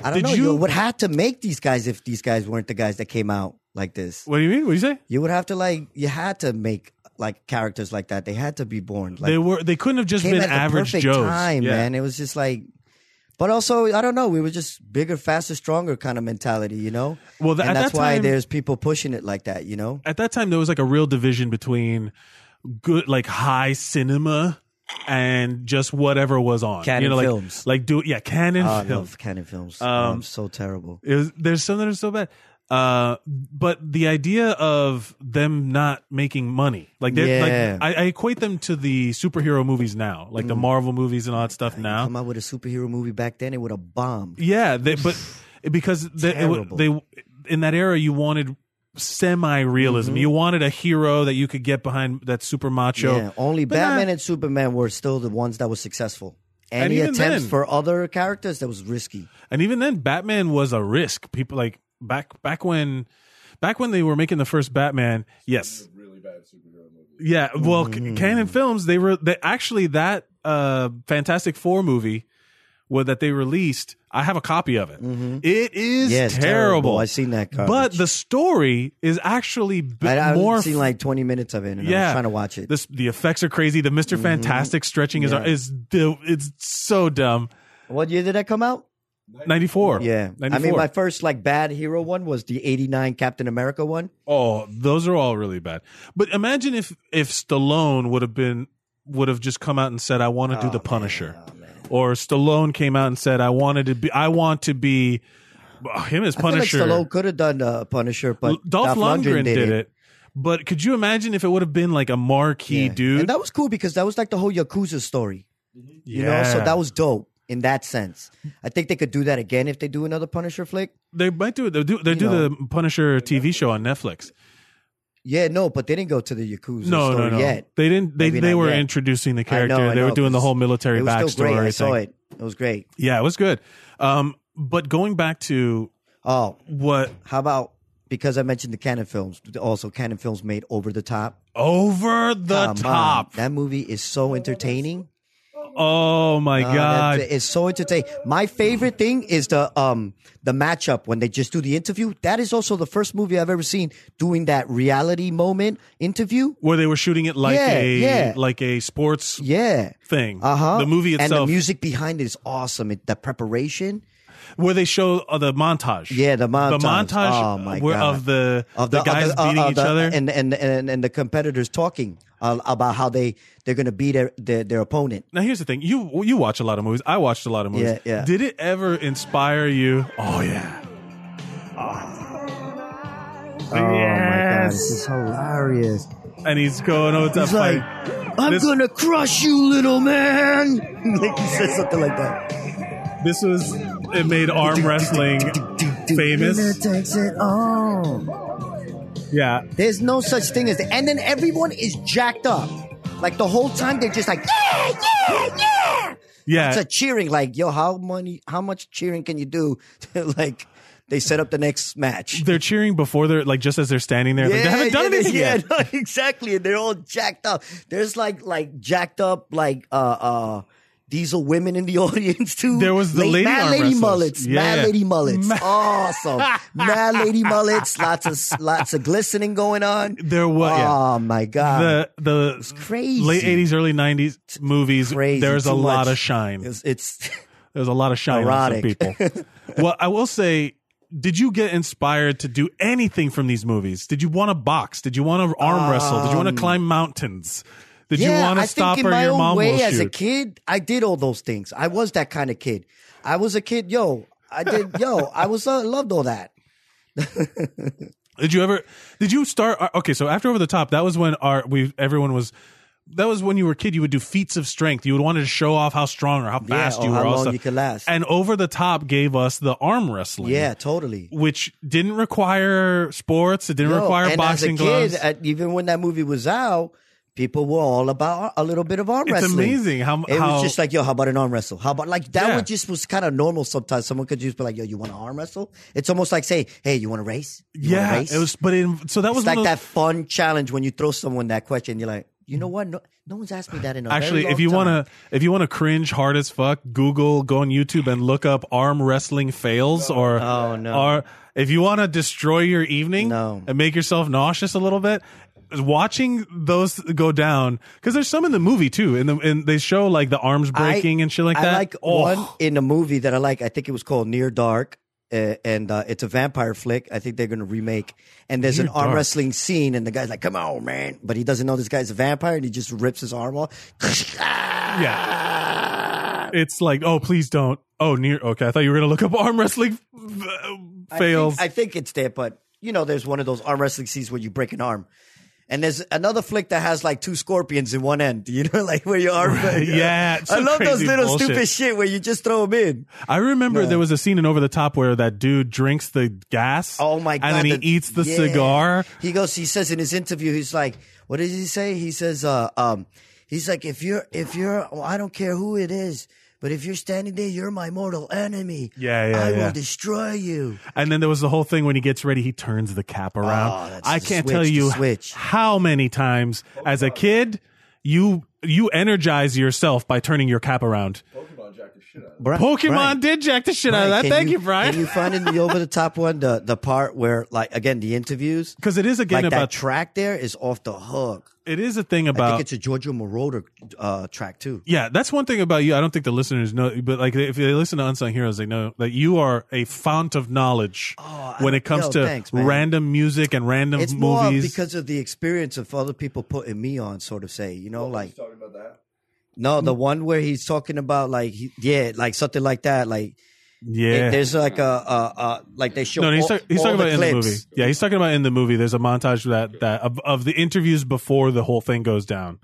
Speaker 3: I don't
Speaker 2: Did
Speaker 3: know.
Speaker 2: you-
Speaker 3: You, would have to make these guys if these guys weren't the guys that came out like this.
Speaker 2: What do you mean? What do you say?
Speaker 3: You would have to like you had to make like characters like that. They had to be born. Like
Speaker 2: they were they couldn't have just
Speaker 3: came
Speaker 2: been
Speaker 3: at the
Speaker 2: average
Speaker 3: perfect
Speaker 2: Joes.
Speaker 3: time,
Speaker 2: Yeah.
Speaker 3: man. It was just like. But also, I don't know. We were just bigger, faster, stronger kind of mentality, you know.
Speaker 2: Well, th- at
Speaker 3: and that's
Speaker 2: that
Speaker 3: why
Speaker 2: time-
Speaker 3: there's people pushing it like that, you know.
Speaker 2: at that time there was like a real division between good like high cinema and just whatever was on
Speaker 3: Canon
Speaker 2: you know like
Speaker 3: films. Ah,
Speaker 2: like do yeah canon
Speaker 3: Oh, I
Speaker 2: films
Speaker 3: love canon films.
Speaker 2: Um,
Speaker 3: I'm so terrible.
Speaker 2: it was, there's some that are so bad uh but the idea of them not making money like they're
Speaker 3: Yeah. Mm.
Speaker 2: like I, I equate them to the superhero movies now like the marvel movies and all that stuff now
Speaker 3: Come out with a superhero movie back then, it would have bombed.
Speaker 2: yeah they, but because they, it wa-
Speaker 3: Terrible.
Speaker 2: they in that era you wanted semi-realism
Speaker 3: Mm-hmm.
Speaker 2: you wanted a hero that you could get behind that super macho
Speaker 3: Yeah, only
Speaker 2: But nah.
Speaker 3: Batman and Superman were still the ones that were successful.
Speaker 2: And
Speaker 3: Any
Speaker 2: even
Speaker 3: attempts
Speaker 2: then-
Speaker 3: for other characters that was risky.
Speaker 2: And even then, Batman was a risk. People like back back when back when they were making the first Batman. Yes,
Speaker 4: Really bad superhero movie.
Speaker 2: yeah. Well,
Speaker 3: Mm-hmm.
Speaker 2: C- Canon Films they were they, actually that uh, Fantastic Four movie wa- that they released. I have a copy of it. It is
Speaker 3: Mm-hmm. Yes,
Speaker 2: terrible.
Speaker 3: terrible. I've seen that garbage.
Speaker 2: But the story is actually b-
Speaker 3: I, I've
Speaker 2: more.
Speaker 3: seen like 20 minutes of it and I
Speaker 2: yeah,
Speaker 3: was trying to watch it. Mm-hmm.
Speaker 2: This, the effects are crazy. The Mister Fantastic stretching
Speaker 3: Yeah.
Speaker 2: is is the it's so dumb.
Speaker 3: what year did that come out?
Speaker 2: Ninety four.
Speaker 3: Yeah. I
Speaker 2: 94.
Speaker 3: mean, my first like bad hero one was the 89 Captain America one.
Speaker 2: Oh, those are all really bad. But imagine if if Stallone would have been would have just come out and said, "I want to do the Punisher."
Speaker 3: Oh, man.
Speaker 2: or Stallone came out and said, "I wanted to be. I want to be." uh, Him as Punisher.
Speaker 3: I feel like Stallone could have done uh, Punisher,
Speaker 2: L-
Speaker 3: but
Speaker 2: Dolph, Lundgren, did, it. But could you imagine if it would have been like a marquee
Speaker 3: Yeah.
Speaker 2: dude?
Speaker 3: And that was cool because that was like the whole Yakuza story. You know, so
Speaker 2: Yeah.
Speaker 3: that was dope in that sense. I think they could do that again if they do another Punisher flick.
Speaker 2: they might do it. They do. They do
Speaker 3: know.
Speaker 2: the Punisher TV show on Netflix.
Speaker 3: Yeah, no, but they didn't go to the Yakuza
Speaker 2: No, no,
Speaker 3: story
Speaker 2: no.
Speaker 3: yet.
Speaker 2: They didn't. They
Speaker 3: Maybe
Speaker 2: they
Speaker 3: not
Speaker 2: were
Speaker 3: yet.
Speaker 2: introducing the
Speaker 3: I
Speaker 2: character.
Speaker 3: know, I
Speaker 2: they
Speaker 3: know,
Speaker 2: were doing the
Speaker 3: 'cause
Speaker 2: whole military
Speaker 3: It was
Speaker 2: backstory.
Speaker 3: still great. I saw
Speaker 2: thing.
Speaker 3: it. It was great.
Speaker 2: Yeah, it was good. Um, but going back to
Speaker 3: Oh,
Speaker 2: what
Speaker 3: how about because I mentioned the Cannon films? Also, Cannon films made Over the Top.
Speaker 2: over the
Speaker 3: Come on.
Speaker 2: top?
Speaker 3: That movie is so entertaining.
Speaker 2: Oh my
Speaker 3: Uh,
Speaker 2: god!
Speaker 3: that- it's so entertaining. My favorite thing is the um the matchup when they just do the interview. That is also the first movie I've ever seen doing that reality moment interview.
Speaker 2: Where they were shooting it like
Speaker 3: Yeah,
Speaker 2: a
Speaker 3: yeah.
Speaker 2: like a sports
Speaker 3: Yeah.
Speaker 2: thing.
Speaker 3: Uh huh.
Speaker 2: The movie
Speaker 3: and the
Speaker 2: itself,
Speaker 3: music behind it is awesome. It, the preparation
Speaker 2: where they show uh, the montage.
Speaker 3: Yeah, the montage.
Speaker 2: The montage.
Speaker 3: Oh, my
Speaker 2: where-
Speaker 3: God.
Speaker 2: Of the
Speaker 3: of
Speaker 2: the,
Speaker 3: the,
Speaker 2: guys
Speaker 3: of the,
Speaker 2: beating
Speaker 3: of
Speaker 2: each
Speaker 3: the-
Speaker 2: other.
Speaker 3: and and and, and the competitors talking uh, about how they they're gonna beat their their, their opponent.
Speaker 2: now here's the thing: you you watch a lot of movies. I watched a lot of movies.
Speaker 3: Yeah, yeah.
Speaker 2: Did it ever inspire you? Oh yeah.
Speaker 3: Oh my god, this is hilarious.
Speaker 2: And he's going, "Oh, it's
Speaker 3: He's
Speaker 2: that
Speaker 3: like,
Speaker 2: fight."
Speaker 3: I'm
Speaker 2: This-
Speaker 3: gonna crush you, little man. like he says something like that.
Speaker 2: This was it made arm wrestling. famous.
Speaker 3: Winner takes it all.
Speaker 2: Yeah,
Speaker 3: There's no such thing as that. And then everyone is jacked up. Like the whole time they're just like, yeah, yeah, yeah.
Speaker 2: yeah.
Speaker 3: It's a cheering. Like, yo, how money? How much cheering can you do? to, like, they set up the next match.
Speaker 2: they're cheering before they're like just as they're standing there. like, they haven't done
Speaker 3: yeah,
Speaker 2: anything
Speaker 3: yeah,
Speaker 2: yet.
Speaker 3: no, exactly. And they're all jacked up. There's like like jacked up like uh uh diesel women in the audience too.
Speaker 2: There was the
Speaker 3: Like,
Speaker 2: lady
Speaker 3: mad
Speaker 2: arm
Speaker 3: lady
Speaker 2: wrestlers.
Speaker 3: mullets,
Speaker 2: Yeah.
Speaker 3: mad lady mullets,
Speaker 2: Ma-
Speaker 3: awesome, mad lady mullets. Lots of lots of glistening going on.
Speaker 2: There was yeah.
Speaker 3: Oh my god,
Speaker 2: the the
Speaker 3: crazy.
Speaker 2: late '80s, early '90s movies.
Speaker 3: crazy.
Speaker 2: There's a
Speaker 3: Too
Speaker 2: lot
Speaker 3: much.
Speaker 2: of shine.
Speaker 3: It's, it's
Speaker 2: There's a lot of shine on some
Speaker 3: Erotic.
Speaker 2: people. well, I will say, did you get inspired to do anything from these movies? Did you want to box? Did you want to arm wrestle? Did you want to climb mountains? Did you want
Speaker 3: Um, I
Speaker 2: to stop
Speaker 3: think
Speaker 2: or
Speaker 3: in my
Speaker 2: your
Speaker 3: own
Speaker 2: mom
Speaker 3: way,
Speaker 2: will
Speaker 3: as a
Speaker 2: shoot?
Speaker 3: kid, I did all those things. I was that kind of kid. I was a kid, yo. I did, yo. I was uh, loved all that.
Speaker 2: Did you ever? Did you start? uh, Okay, so after Over the Top, that was when our we everyone was. That was when you were a kid. You would do feats of strength. You would want to show off how strong or how fast
Speaker 3: or
Speaker 2: you were.
Speaker 3: how
Speaker 2: all
Speaker 3: long
Speaker 2: stuff.
Speaker 3: you could last.
Speaker 2: And Over the Top gave us the arm wrestling.
Speaker 3: Yeah, totally.
Speaker 2: Which didn't require sports. It didn't
Speaker 3: Yo,
Speaker 2: require
Speaker 3: and
Speaker 2: boxing
Speaker 3: as a
Speaker 2: gloves.
Speaker 3: kid, uh, at, even when that movie was out, people were all about a little bit of arm
Speaker 2: It's
Speaker 3: wrestling.
Speaker 2: amazing how-
Speaker 3: it
Speaker 2: how-
Speaker 3: was just like, yo, how about an arm wrestle? How about like that?
Speaker 2: Yeah.
Speaker 3: One just was kind of normal. Sometimes someone could just be like, yo, you want to arm wrestle? It's almost like saying, hey, you want to race? You wanna
Speaker 2: yeah,
Speaker 3: race?
Speaker 2: it was. But in, so that was
Speaker 3: it's
Speaker 2: one
Speaker 3: like
Speaker 2: of
Speaker 3: that fun challenge when you throw someone that question. You're like, you know what? No, no one's asked me that in a very
Speaker 2: Actually, if
Speaker 3: long
Speaker 2: you
Speaker 3: time."
Speaker 2: want to, if you want to cringe hard as fuck, Google, go on YouTube and look up arm wrestling fails, or
Speaker 3: Oh, no.
Speaker 2: or if you want to destroy your evening
Speaker 3: No.
Speaker 2: and make yourself nauseous a little bit, watching those go down because there's some in the movie too, and the, and they show like the arms breaking and shit like
Speaker 3: I
Speaker 2: that.
Speaker 3: like
Speaker 2: Oh.
Speaker 3: one in the movie that I like. I think it was called Near Dark, uh, and uh, it's a vampire flick. I think they're going to remake. And there's an
Speaker 2: Near
Speaker 3: arm
Speaker 2: Dark.
Speaker 3: wrestling scene, and the guy's like, "Come on, man!" But he doesn't know this guy's a vampire, and he just rips his arm off.
Speaker 2: Oh, yeah. It's like, oh, please don't. Oh, near. Okay, I thought you were gonna look up arm wrestling uh, fails.
Speaker 3: I think, I think it's there, but you know, there's one of those arm wrestling scenes where you break an arm. And there's another flick that has like two scorpions in one end, you know, like where your arm.
Speaker 2: Yeah, it's
Speaker 3: I
Speaker 2: some
Speaker 3: love those
Speaker 2: crazy
Speaker 3: little
Speaker 2: bullshit.
Speaker 3: stupid shit where you just throw them in.
Speaker 2: I remember there was a scene in Over the Top where that dude drinks the gas.
Speaker 3: Oh my god!
Speaker 2: And then he
Speaker 3: the-
Speaker 2: eats the
Speaker 3: yeah.
Speaker 2: cigar.
Speaker 3: He goes. He says in his interview, he's like, "What did he say?" He says, "Uh, um, he's like, if you're, if you're, well, I don't care who it is." But if you're standing there, you're my mortal enemy.
Speaker 2: Yeah, yeah,
Speaker 3: I
Speaker 2: yeah.
Speaker 3: will destroy you.
Speaker 2: And then there was the whole thing when he gets ready, he turns the cap around.
Speaker 3: Oh, that's
Speaker 2: I
Speaker 3: the
Speaker 2: can't
Speaker 3: switch,
Speaker 2: tell
Speaker 3: the
Speaker 2: you
Speaker 3: switch. Oh
Speaker 2: how many times as a kid you you energize yourself by turning your cap around.
Speaker 4: Pokemon jacked the shit out of it.
Speaker 3: Brian-
Speaker 2: Pokemon
Speaker 3: Brian,
Speaker 2: did jack the shit out of
Speaker 3: Brian,
Speaker 2: that.
Speaker 3: can
Speaker 2: Thank you, Brian.
Speaker 3: Can you find in the over the top one the the part where like again the interviews?
Speaker 2: Because it is again
Speaker 3: Like that
Speaker 2: about
Speaker 3: track there is off the hook.
Speaker 2: it is a thing
Speaker 3: I
Speaker 2: about
Speaker 3: think it's a Giorgio Moroder uh, track too.
Speaker 2: Yeah, that's one thing about you. I don't think the listeners know, but like if they listen to Unsung Heroes, they know that you are a fount of knowledge
Speaker 3: Oh, I-
Speaker 2: when it comes
Speaker 3: yo,
Speaker 2: to
Speaker 3: thanks, man.
Speaker 2: random music and random
Speaker 3: It's more
Speaker 2: movies.
Speaker 3: because of the experience of other people putting me on, sort of say, you know, like
Speaker 4: Talking about that.
Speaker 3: No, the
Speaker 2: Mm.
Speaker 3: one where he's talking about like he- yeah, like something like that. Like it-
Speaker 2: Yeah.
Speaker 3: there's like a, a, a like they show.
Speaker 2: no, no, he's,
Speaker 3: all-
Speaker 2: talk- he's
Speaker 3: all
Speaker 2: talking
Speaker 3: the
Speaker 2: about in the
Speaker 3: clips.
Speaker 2: movie. Yeah, he's talking about in the movie. There's a montage of that that of, of the interviews before the whole thing goes down.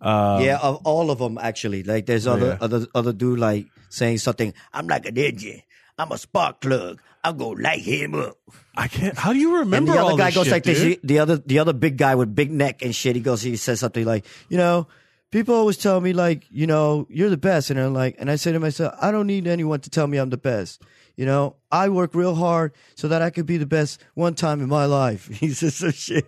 Speaker 2: Uh,
Speaker 3: yeah, of all of them actually. Like there's other
Speaker 2: yeah.
Speaker 3: other other dude like saying something. I'm like an engine. I'm a spark plug. I'm gonna light him up.
Speaker 2: I can't. How do you remember?
Speaker 3: and the
Speaker 2: all
Speaker 3: other guy
Speaker 2: this
Speaker 3: goes
Speaker 2: shit,
Speaker 3: like this.
Speaker 2: dude?
Speaker 3: He- The other the other big guy with big neck and shit. He goes. He says something like, you know, people always tell me like, you know, you're the best, and I'm like, and I say to myself, I don't need anyone to tell me I'm the best. You know, I work real hard so that I could be the best one time in my life. He says some shit.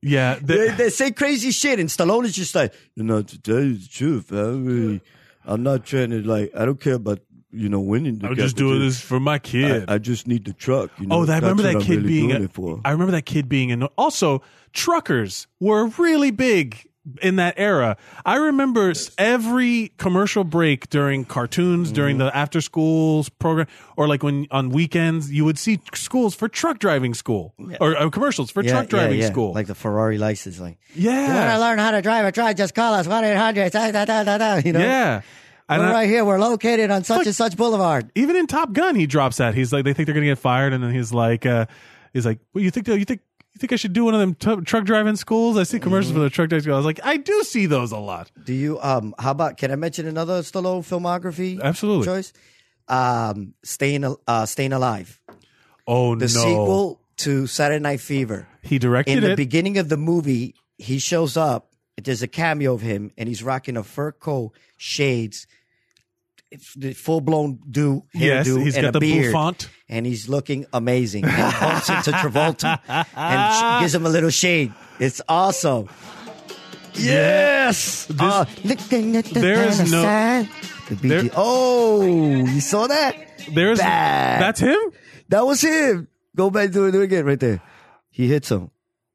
Speaker 2: Yeah, the-
Speaker 3: They, they say crazy shit, and Stallone is just like, you know, to tell you the truth, I really, I'm not trying to like, I don't care about you know winning. The
Speaker 2: I'm just doing this for my kid.
Speaker 3: I, I just need the truck. You know,
Speaker 2: oh, that, I
Speaker 3: That's
Speaker 2: remember
Speaker 3: what
Speaker 2: that
Speaker 3: I'm
Speaker 2: kid
Speaker 3: really
Speaker 2: being.
Speaker 3: doing
Speaker 2: a-
Speaker 3: it for.
Speaker 2: I remember that kid being. Anno- also, truckers were really big in that era. I remember s- every commercial break during cartoons, during
Speaker 3: Mm-hmm.
Speaker 2: the after schools program, or like when on weekends you would see schools for truck driving school or uh, commercials for truck driving school.
Speaker 3: Like the Ferrari license. Like,
Speaker 2: yeah,
Speaker 3: you want to learn how to drive a truck? Just call us 1 800. Da, da, da, da, da, you know?
Speaker 2: yeah.
Speaker 3: We're
Speaker 2: And I-
Speaker 3: right here. We're located on such
Speaker 2: Fuck.
Speaker 3: and such boulevard.
Speaker 2: even in Top Gun, he drops that. He's like, they think they're gonna get fired, and then he's like, uh, he's like, well, you think you think you think I should do one of them tu- truck driving schools? I see commercials for the truck driving school. I was like, I do see those a lot.
Speaker 3: Do you, um, how about, can I mention another Stallone filmography?
Speaker 2: Absolutely.
Speaker 3: Choice? Um, Staying, Al- uh, Staying Alive.
Speaker 2: Oh
Speaker 3: The
Speaker 2: no,
Speaker 3: sequel to Saturday Night Fever.
Speaker 2: he
Speaker 3: In
Speaker 2: directed
Speaker 3: the
Speaker 2: it.
Speaker 3: beginning of the movie, he shows up. There's a cameo of him, and he's rocking a fur coat, shades, full blown do, hairdo,
Speaker 2: yes, he's
Speaker 3: and
Speaker 2: got
Speaker 3: a
Speaker 2: the
Speaker 3: beard.
Speaker 2: bouffant.
Speaker 3: and he's looking amazing. And he bumps into Travolta and sh- gives him a little shade. It's awesome. Yes. Uh, looking at the
Speaker 2: there is
Speaker 3: dollar
Speaker 2: no-
Speaker 3: sign, the Bee
Speaker 2: there-
Speaker 3: Gees- oh, you saw that?
Speaker 2: There's
Speaker 3: Bad.
Speaker 2: that's him.
Speaker 3: That was him. Go back do it, do it again right there. He hits him.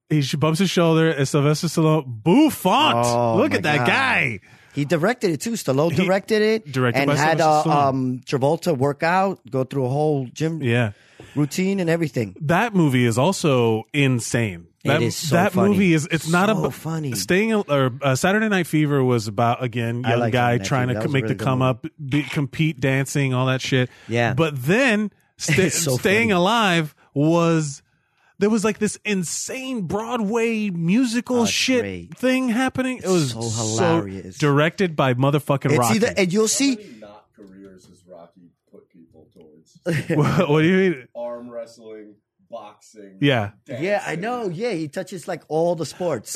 Speaker 2: He sh- bumps his shoulder. It's Sylvester Stallone. Bouffant.
Speaker 3: Oh,
Speaker 2: Look
Speaker 3: my
Speaker 2: at that
Speaker 3: God.
Speaker 2: guy.
Speaker 3: He directed it too. Stallone
Speaker 2: He-
Speaker 3: directed it.
Speaker 2: Directed
Speaker 3: and
Speaker 2: by
Speaker 3: had uh,
Speaker 2: Sylvester Stallone.
Speaker 3: um, Travolta work out, go through a whole gym
Speaker 2: Yeah.
Speaker 3: routine and everything.
Speaker 2: that movie is also insane. That,
Speaker 3: It is so
Speaker 2: that
Speaker 3: funny.
Speaker 2: movie is it's not
Speaker 3: So
Speaker 2: about
Speaker 3: funny.
Speaker 2: Staying al- or uh, Saturday Night Fever was about again
Speaker 3: I
Speaker 2: young
Speaker 3: like
Speaker 2: guy
Speaker 3: Saturday Night
Speaker 2: trying
Speaker 3: Fever.
Speaker 2: to
Speaker 3: That was a
Speaker 2: make
Speaker 3: really
Speaker 2: the
Speaker 3: good
Speaker 2: come up, be, compete, dancing, all that shit.
Speaker 3: Yeah.
Speaker 2: but then sta-
Speaker 3: It's so
Speaker 2: staying
Speaker 3: funny.
Speaker 2: alive was there was like this insane Broadway musical
Speaker 3: Oh, it's
Speaker 2: shit
Speaker 3: great.
Speaker 2: thing happening. It was
Speaker 3: so hilarious.
Speaker 2: directed by motherfucking
Speaker 3: It's
Speaker 2: Rocky.
Speaker 3: either, and you'll see.
Speaker 4: Probably not careers as Rocky put people towards
Speaker 2: what, what do you mean?
Speaker 4: arm wrestling, boxing.
Speaker 2: Yeah.
Speaker 4: dancing,
Speaker 3: Yeah, I know. Yeah, he touches like all the sports.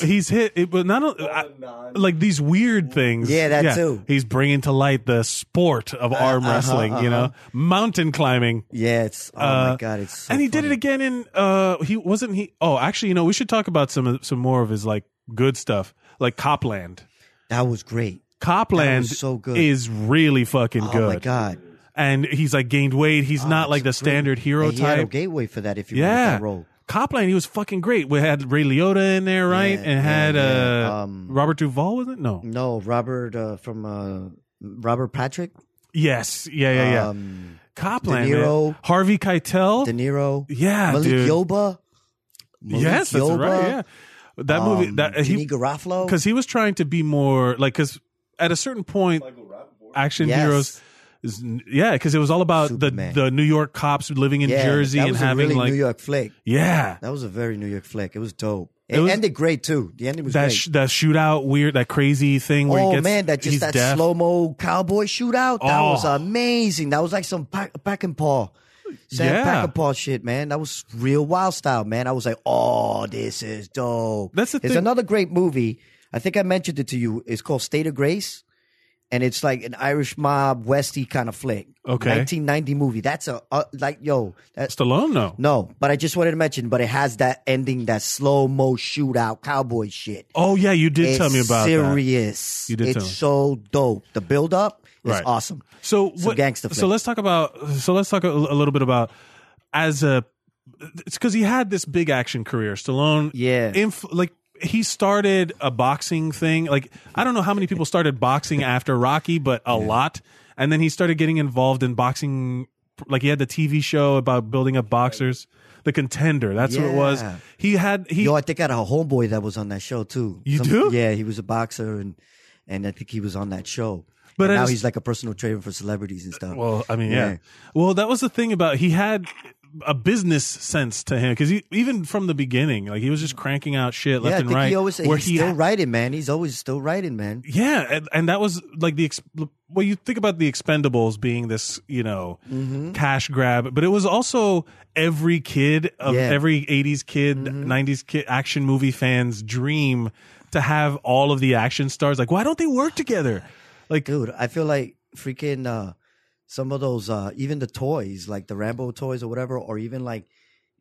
Speaker 2: He's hit, it, but not
Speaker 4: all
Speaker 2: only. I-
Speaker 4: the non-
Speaker 2: like these weird things.
Speaker 3: Yeah, that too.
Speaker 2: He's bringing to light the sport of arm
Speaker 3: uh-huh,
Speaker 2: wrestling. You know, mountain climbing.
Speaker 3: Yeah, it's oh
Speaker 2: Uh,
Speaker 3: my god, it's so
Speaker 2: and he did
Speaker 3: funny.
Speaker 2: it again in. uh He wasn't he. Oh, actually, you know, we should talk about some some more of his like good stuff, like Copland.
Speaker 3: That was great.
Speaker 2: Copland
Speaker 3: was so good.
Speaker 2: is really fucking
Speaker 3: Oh
Speaker 2: good.
Speaker 3: my god,
Speaker 2: And he's like gained weight. He's
Speaker 3: Oh,
Speaker 2: not like the
Speaker 3: it's great.
Speaker 2: standard hero
Speaker 3: And he had a
Speaker 2: type.
Speaker 3: gateway for that if you yeah.
Speaker 2: Yeah.
Speaker 3: that role.
Speaker 2: Copland, he was fucking great. We had Ray Liotta in there, right?
Speaker 3: Yeah,
Speaker 2: and had
Speaker 3: yeah,
Speaker 2: uh,
Speaker 3: yeah. Um, mm,
Speaker 2: Robert Duvall, was it? No.
Speaker 3: No, Robert uh, from uh, Robert Patrick,
Speaker 2: Yes. Yeah, yeah, yeah.
Speaker 3: Um,
Speaker 2: Copland.
Speaker 3: De Niro.
Speaker 2: man. Harvey Keitel.
Speaker 3: De Niro,
Speaker 2: Yeah,
Speaker 3: Malik
Speaker 2: dude.
Speaker 3: Yoba, Malik
Speaker 2: yes, that's
Speaker 3: Yoba,
Speaker 2: right. Yeah, that movie
Speaker 3: um,
Speaker 2: that uh,
Speaker 3: Jimmy
Speaker 2: he
Speaker 3: Garofalo,
Speaker 2: because he was trying to be more like because at a certain point,
Speaker 4: Michael Rappaport.
Speaker 2: action
Speaker 3: Yes.
Speaker 2: heroes. Is, yeah, because it was all about
Speaker 3: Superman.
Speaker 2: the the New York cops living in
Speaker 3: Yeah,
Speaker 2: Jersey
Speaker 3: that
Speaker 2: and
Speaker 3: was a
Speaker 2: having
Speaker 3: really
Speaker 2: like
Speaker 3: New York flick.
Speaker 2: yeah
Speaker 3: That was a very New York flick. It was dope. It,
Speaker 2: It was-
Speaker 3: ended great too. The ending was
Speaker 2: that
Speaker 3: great.
Speaker 2: sh- that shootout weird that crazy thing where
Speaker 3: oh
Speaker 2: he gets
Speaker 3: man, that
Speaker 2: he's
Speaker 3: just that
Speaker 2: deaf.
Speaker 3: slow mo cowboy shootout. That
Speaker 2: Oh.
Speaker 3: was amazing. That was like some pack, pack and paw. Sam
Speaker 2: Yeah.
Speaker 3: pack and paw shit, man. That was real wild style, man. I was like, oh, this is dope.
Speaker 2: That's the
Speaker 3: There's
Speaker 2: thing-
Speaker 3: another great movie. I think I mentioned it to you. It's called State of Grace. And it's like an Irish mob Westy kind of flick.
Speaker 2: Okay.
Speaker 3: 1990 movie. That's a uh, like yo. That's
Speaker 2: Stallone no
Speaker 3: no, but I just wanted to mention. But it has that ending, that slow mo shootout cowboy shit
Speaker 2: oh yeah you did
Speaker 3: it's
Speaker 2: tell me about that.
Speaker 3: serious.
Speaker 2: You did
Speaker 3: it's
Speaker 2: tell me.
Speaker 3: so dope. The build up is
Speaker 2: Right.
Speaker 3: awesome.
Speaker 2: So
Speaker 3: It's a
Speaker 2: what,
Speaker 3: gangster
Speaker 2: So
Speaker 3: flick.
Speaker 2: let's talk about. So let's talk a, a little bit about as a. It's because he had this big action career. Stallone,
Speaker 3: Yeah.
Speaker 2: inf- like he started a boxing thing. Like I don't know how many people started boxing after Rocky, but a lot. And then he started getting involved in boxing. Like he had the TV show about building up boxers. The contender. That's what it was.
Speaker 3: Yeah.
Speaker 2: He had he.
Speaker 3: Yo, I think I had a homeboy that was on that show too.
Speaker 2: You do?
Speaker 3: Yeah, he was a boxer and and I think he was on that show.
Speaker 2: But
Speaker 3: But
Speaker 2: I
Speaker 3: now
Speaker 2: just-
Speaker 3: he's like a personal trainer for celebrities and stuff.
Speaker 2: Well, I mean, yeah.
Speaker 3: Yeah.
Speaker 2: Well, that was the thing about he had a business sense to him because even from the beginning, like he was just cranking out shit
Speaker 3: yeah,
Speaker 2: left
Speaker 3: I
Speaker 2: and
Speaker 3: think
Speaker 2: right.
Speaker 3: he always
Speaker 2: where
Speaker 3: he's
Speaker 2: he
Speaker 3: still writing, man. He's always still writing, man.
Speaker 2: Yeah, and, and that was like the ex- well, you think about the Expendables being this, you know,
Speaker 3: Mm-hmm.
Speaker 2: cash grab, but it was also every kid of
Speaker 3: Yeah. Mm-hmm.
Speaker 2: every '80s kid, '90s kid, action movie fan's dream to have all of the action stars. Like, why don't they work together? Like,
Speaker 3: dude i feel like freaking uh some of those uh even the toys like the rambo toys or whatever or even like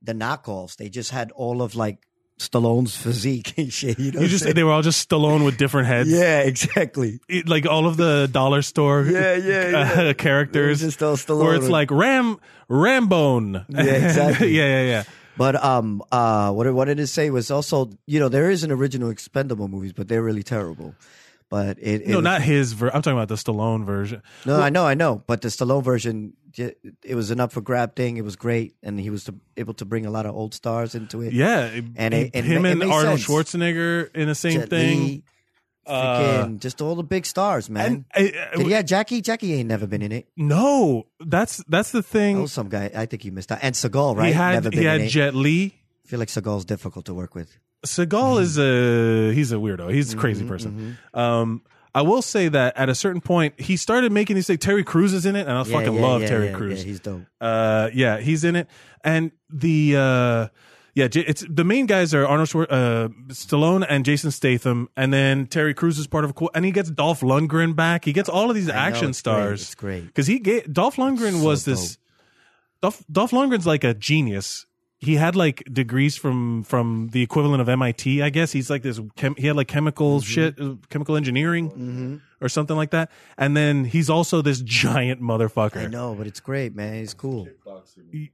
Speaker 3: the knockoffs they just had all of like stallone's physique and shit you know
Speaker 2: you
Speaker 3: what
Speaker 2: just
Speaker 3: I'm
Speaker 2: they were all just Stallone with different heads.
Speaker 3: saying? yeah exactly
Speaker 2: It- like all of the dollar store
Speaker 3: Yeah, yeah, yeah.
Speaker 2: uh, characters
Speaker 3: It was just all Stallone.
Speaker 2: where it's like ram rambone
Speaker 3: Yeah, exactly.
Speaker 2: yeah yeah yeah
Speaker 3: but um uh what I wanted to say was also you know there is an original expendable movies but they're really terrible but it, it
Speaker 2: no not his ver- i'm talking about the stallone version
Speaker 3: No, I know, I know, but the Stallone version, j- it was an up for grab thing. It was great, and he was to, able to bring a lot of old stars into it.
Speaker 2: yeah it-
Speaker 3: And
Speaker 2: it-
Speaker 3: it- it
Speaker 2: him
Speaker 3: ma- it
Speaker 2: and
Speaker 3: made
Speaker 2: arnold
Speaker 3: sense.
Speaker 2: schwarzenegger in the same
Speaker 3: Jet
Speaker 2: thing
Speaker 3: Li,
Speaker 2: Uh,
Speaker 3: freaking just all the big stars,
Speaker 2: and
Speaker 3: man.
Speaker 2: I- I-
Speaker 3: Did he have Jackie? Jackie ain't never been in it.
Speaker 2: no that's that's the thing
Speaker 3: That was some guy. I think he missed out. And Seagal, Oh,
Speaker 2: he
Speaker 3: right? never
Speaker 2: had
Speaker 3: been
Speaker 2: he had
Speaker 3: in it.
Speaker 2: jet Li.
Speaker 3: I feel like Seagal's difficult to work with.
Speaker 2: Seagal is a he's a weirdo. He's a
Speaker 3: Mm-hmm,
Speaker 2: crazy person. Um, I will say that at a certain point, he started making these. Like Terry Crews is in it, and I
Speaker 3: Yeah,
Speaker 2: fucking
Speaker 3: yeah,
Speaker 2: love
Speaker 3: yeah,
Speaker 2: Terry
Speaker 3: yeah,
Speaker 2: Crews.
Speaker 3: Yeah, he's dope.
Speaker 2: Uh, yeah, he's in it, and the uh, yeah, J- it's the main guys are Arnold Schwar- uh, Stallone and Jason Statham, and then Terry Crews is part of a cool, and he gets Dolph Lundgren back. He gets all of these
Speaker 3: know,
Speaker 2: action
Speaker 3: it's great,
Speaker 2: stars.
Speaker 3: it's great.
Speaker 2: because he gave Dolph Lundgren
Speaker 3: so
Speaker 2: was this. Dolph, Dolph Lundgren's like a genius. He had like degrees from from the equivalent of MIT, I guess. He's like this. Chem, he had like chemical
Speaker 3: Mm-hmm.
Speaker 2: shit, uh, chemical engineering. Or something like that, and then he's also this giant motherfucker
Speaker 3: I know, but it's great, man. He's cool.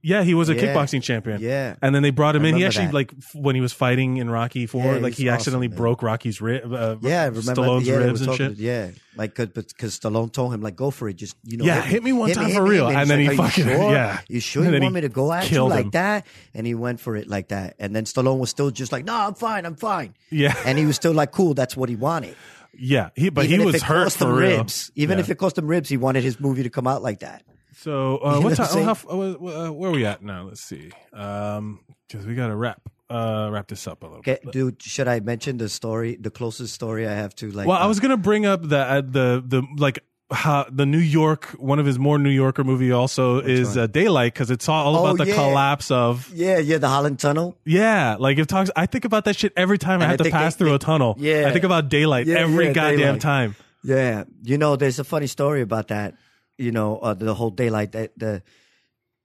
Speaker 2: yeah, he was a
Speaker 3: Yeah.
Speaker 2: kickboxing champion.
Speaker 3: Yeah.
Speaker 2: and then they brought him
Speaker 3: I
Speaker 2: in. He
Speaker 3: remember
Speaker 2: actually
Speaker 3: that.
Speaker 2: like f- when he was fighting in Rocky Four,
Speaker 3: Yeah,
Speaker 2: like
Speaker 3: he's
Speaker 2: he accidentally
Speaker 3: awesome, man.
Speaker 2: broke Rocky's rib. Uh,
Speaker 3: Yeah, I remember
Speaker 2: Stallone's
Speaker 3: yeah, they were
Speaker 2: ribs and
Speaker 3: talking-
Speaker 2: shit.
Speaker 3: Yeah, like because Stallone told him like go for it, just you know.
Speaker 2: Yeah, hit me one time for real.
Speaker 3: he's
Speaker 2: And then
Speaker 3: like,
Speaker 2: he
Speaker 3: "Are you
Speaker 2: fucking-
Speaker 3: sure?
Speaker 2: yeah.
Speaker 3: You sure
Speaker 2: And
Speaker 3: you
Speaker 2: then
Speaker 3: want
Speaker 2: he
Speaker 3: me to go at you
Speaker 2: killed
Speaker 3: like
Speaker 2: him.
Speaker 3: that? And he went for it like that. And then Stallone was still just like, no, I'm fine, I'm fine.
Speaker 2: Yeah.
Speaker 3: and he was still like, cool, that's what he wanted.
Speaker 2: yeah. He but
Speaker 3: Even
Speaker 2: he
Speaker 3: if
Speaker 2: was
Speaker 3: it
Speaker 2: hurt
Speaker 3: cost
Speaker 2: for
Speaker 3: him
Speaker 2: real.
Speaker 3: Ribs, even
Speaker 2: Yeah.
Speaker 3: if it cost him ribs, he wanted his movie to come out like that.
Speaker 2: So uh,
Speaker 3: know
Speaker 2: what
Speaker 3: what I'm
Speaker 2: time? oh,
Speaker 3: saying?
Speaker 2: how f- uh, uh, where are we at now? Let's see. Um, because we got to wrap uh wrap this up a little.
Speaker 3: Okay,
Speaker 2: bit.
Speaker 3: dude, should I mention the story, the closest story I have to like?
Speaker 2: Well, I
Speaker 3: uh,
Speaker 2: was gonna bring up the uh, the the like. How, the New York, one of his more New Yorker movie also is uh, Daylight because it's all
Speaker 3: Oh,
Speaker 2: about the
Speaker 3: yeah.
Speaker 2: collapse of
Speaker 3: uh, yeah, yeah, the Holland Tunnel.
Speaker 2: Yeah, like if talks, I think about that shit every time I
Speaker 3: And I
Speaker 2: have to
Speaker 3: think
Speaker 2: pass
Speaker 3: they-
Speaker 2: through a
Speaker 3: they-
Speaker 2: tunnel.
Speaker 3: yeah.
Speaker 2: I think about daylight
Speaker 3: Yeah,
Speaker 2: every
Speaker 3: yeah,
Speaker 2: goddamn
Speaker 3: daylight.
Speaker 2: time.
Speaker 3: Yeah, you know, there's a funny story about that. You know, uh, the whole daylight that the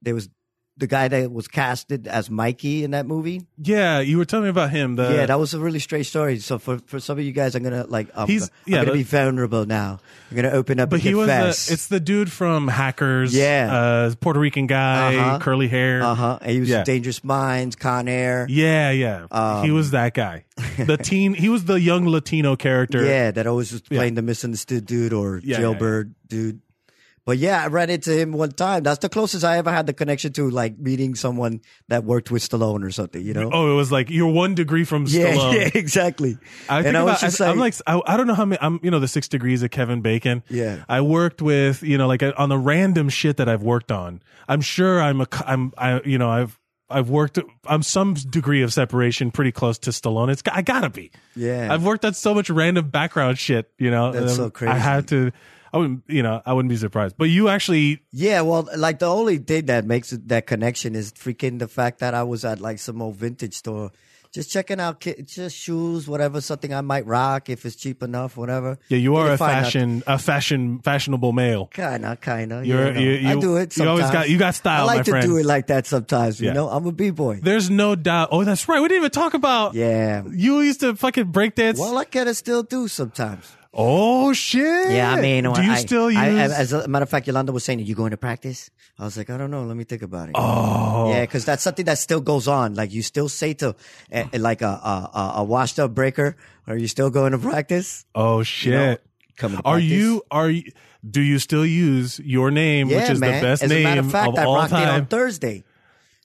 Speaker 3: there was the guy that was casted as Mikey in that movie.
Speaker 2: Yeah, you were telling me about him. The,
Speaker 3: yeah, that was a really strange story. So for for some of you guys, I'm gonna like um, I'm,
Speaker 2: He's-
Speaker 3: gonna,
Speaker 2: yeah,
Speaker 3: I'm gonna
Speaker 2: the-
Speaker 3: be vulnerable now. I'm gonna open up
Speaker 2: but
Speaker 3: and
Speaker 2: he was. The,
Speaker 3: confess.
Speaker 2: it's the dude from Hackers.
Speaker 3: Yeah.
Speaker 2: uh, Puerto Rican guy,
Speaker 3: Uh-huh.
Speaker 2: curly hair.
Speaker 3: uh huh. He was
Speaker 2: Yeah.
Speaker 3: Dangerous Minds, Con Air.
Speaker 2: Yeah, yeah. he
Speaker 3: Um,
Speaker 2: was that guy. The teen. He was the young Latino character.
Speaker 3: Yeah, that always was playing the misunderstood dude or
Speaker 2: Yeah, yeah,
Speaker 3: jailbird dude. But yeah, I ran into him one time. That's the closest I ever had the connection to like meeting someone that worked with Stallone or something. You know?
Speaker 2: Oh, it was like you're one degree from
Speaker 3: yeah,
Speaker 2: Stallone.
Speaker 3: yeah, exactly.
Speaker 2: I
Speaker 3: And
Speaker 2: think
Speaker 3: was
Speaker 2: about,
Speaker 3: just
Speaker 2: I, am like I, I don't know how many I'm you know the six degrees of Kevin Bacon.
Speaker 3: Yeah.
Speaker 2: I worked with you know like uh, on the random shit that I've worked on. I'm sure I'm a co- I'm I you know I've I've worked I'm some degree of separation pretty close to Stallone. It's I gotta be.
Speaker 3: Yeah.
Speaker 2: I've worked on so much random background shit. You know
Speaker 3: That's
Speaker 2: Um,
Speaker 3: so crazy.
Speaker 2: I have to. I wouldn't you know I wouldn't be surprised. But you actually
Speaker 3: yeah, well, like the only thing that makes it- that connection is freaking the fact that I was at like some old vintage store, just checking out ki- just shoes, whatever, something I might rock if it's cheap enough, whatever.
Speaker 2: yeah you are
Speaker 3: can
Speaker 2: a
Speaker 3: find out-
Speaker 2: fashion a fashion fashionable male.
Speaker 3: Kinda, kinda.
Speaker 2: You're-
Speaker 3: you know.
Speaker 2: you-
Speaker 3: I
Speaker 2: you-
Speaker 3: do it. Sometimes.
Speaker 2: you always got- you got style,
Speaker 3: I like
Speaker 2: my
Speaker 3: to
Speaker 2: friend.
Speaker 3: do it like that sometimes. You
Speaker 2: Yeah.
Speaker 3: know, I'm a b boy.
Speaker 2: There's no doubt. Oh, that's right. We didn't even talk about.
Speaker 3: Yeah.
Speaker 2: You used to fucking breakdance.
Speaker 3: Well, I gotta still do sometimes.
Speaker 2: Oh shit!
Speaker 3: Yeah, I mean,
Speaker 2: do you
Speaker 3: I,
Speaker 2: still use?
Speaker 3: I, I- as a matter of fact, Yolanda was saying, "Are you going to practice?" I was like, "I don't know. Let me think about it."
Speaker 2: oh,
Speaker 3: Yeah, because that's something that still goes on. Like you still say to, uh, like a, a a- a washed up breaker, are you still going to practice?
Speaker 2: oh shit!
Speaker 3: know, coming to
Speaker 2: are
Speaker 3: practice.
Speaker 2: you are you? Do you still use your name,
Speaker 3: Yeah,
Speaker 2: which is
Speaker 3: man.
Speaker 2: the best
Speaker 3: As a
Speaker 2: name
Speaker 3: matter of fact,
Speaker 2: of
Speaker 3: I
Speaker 2: all
Speaker 3: rocked it on
Speaker 2: time?
Speaker 3: Thursday.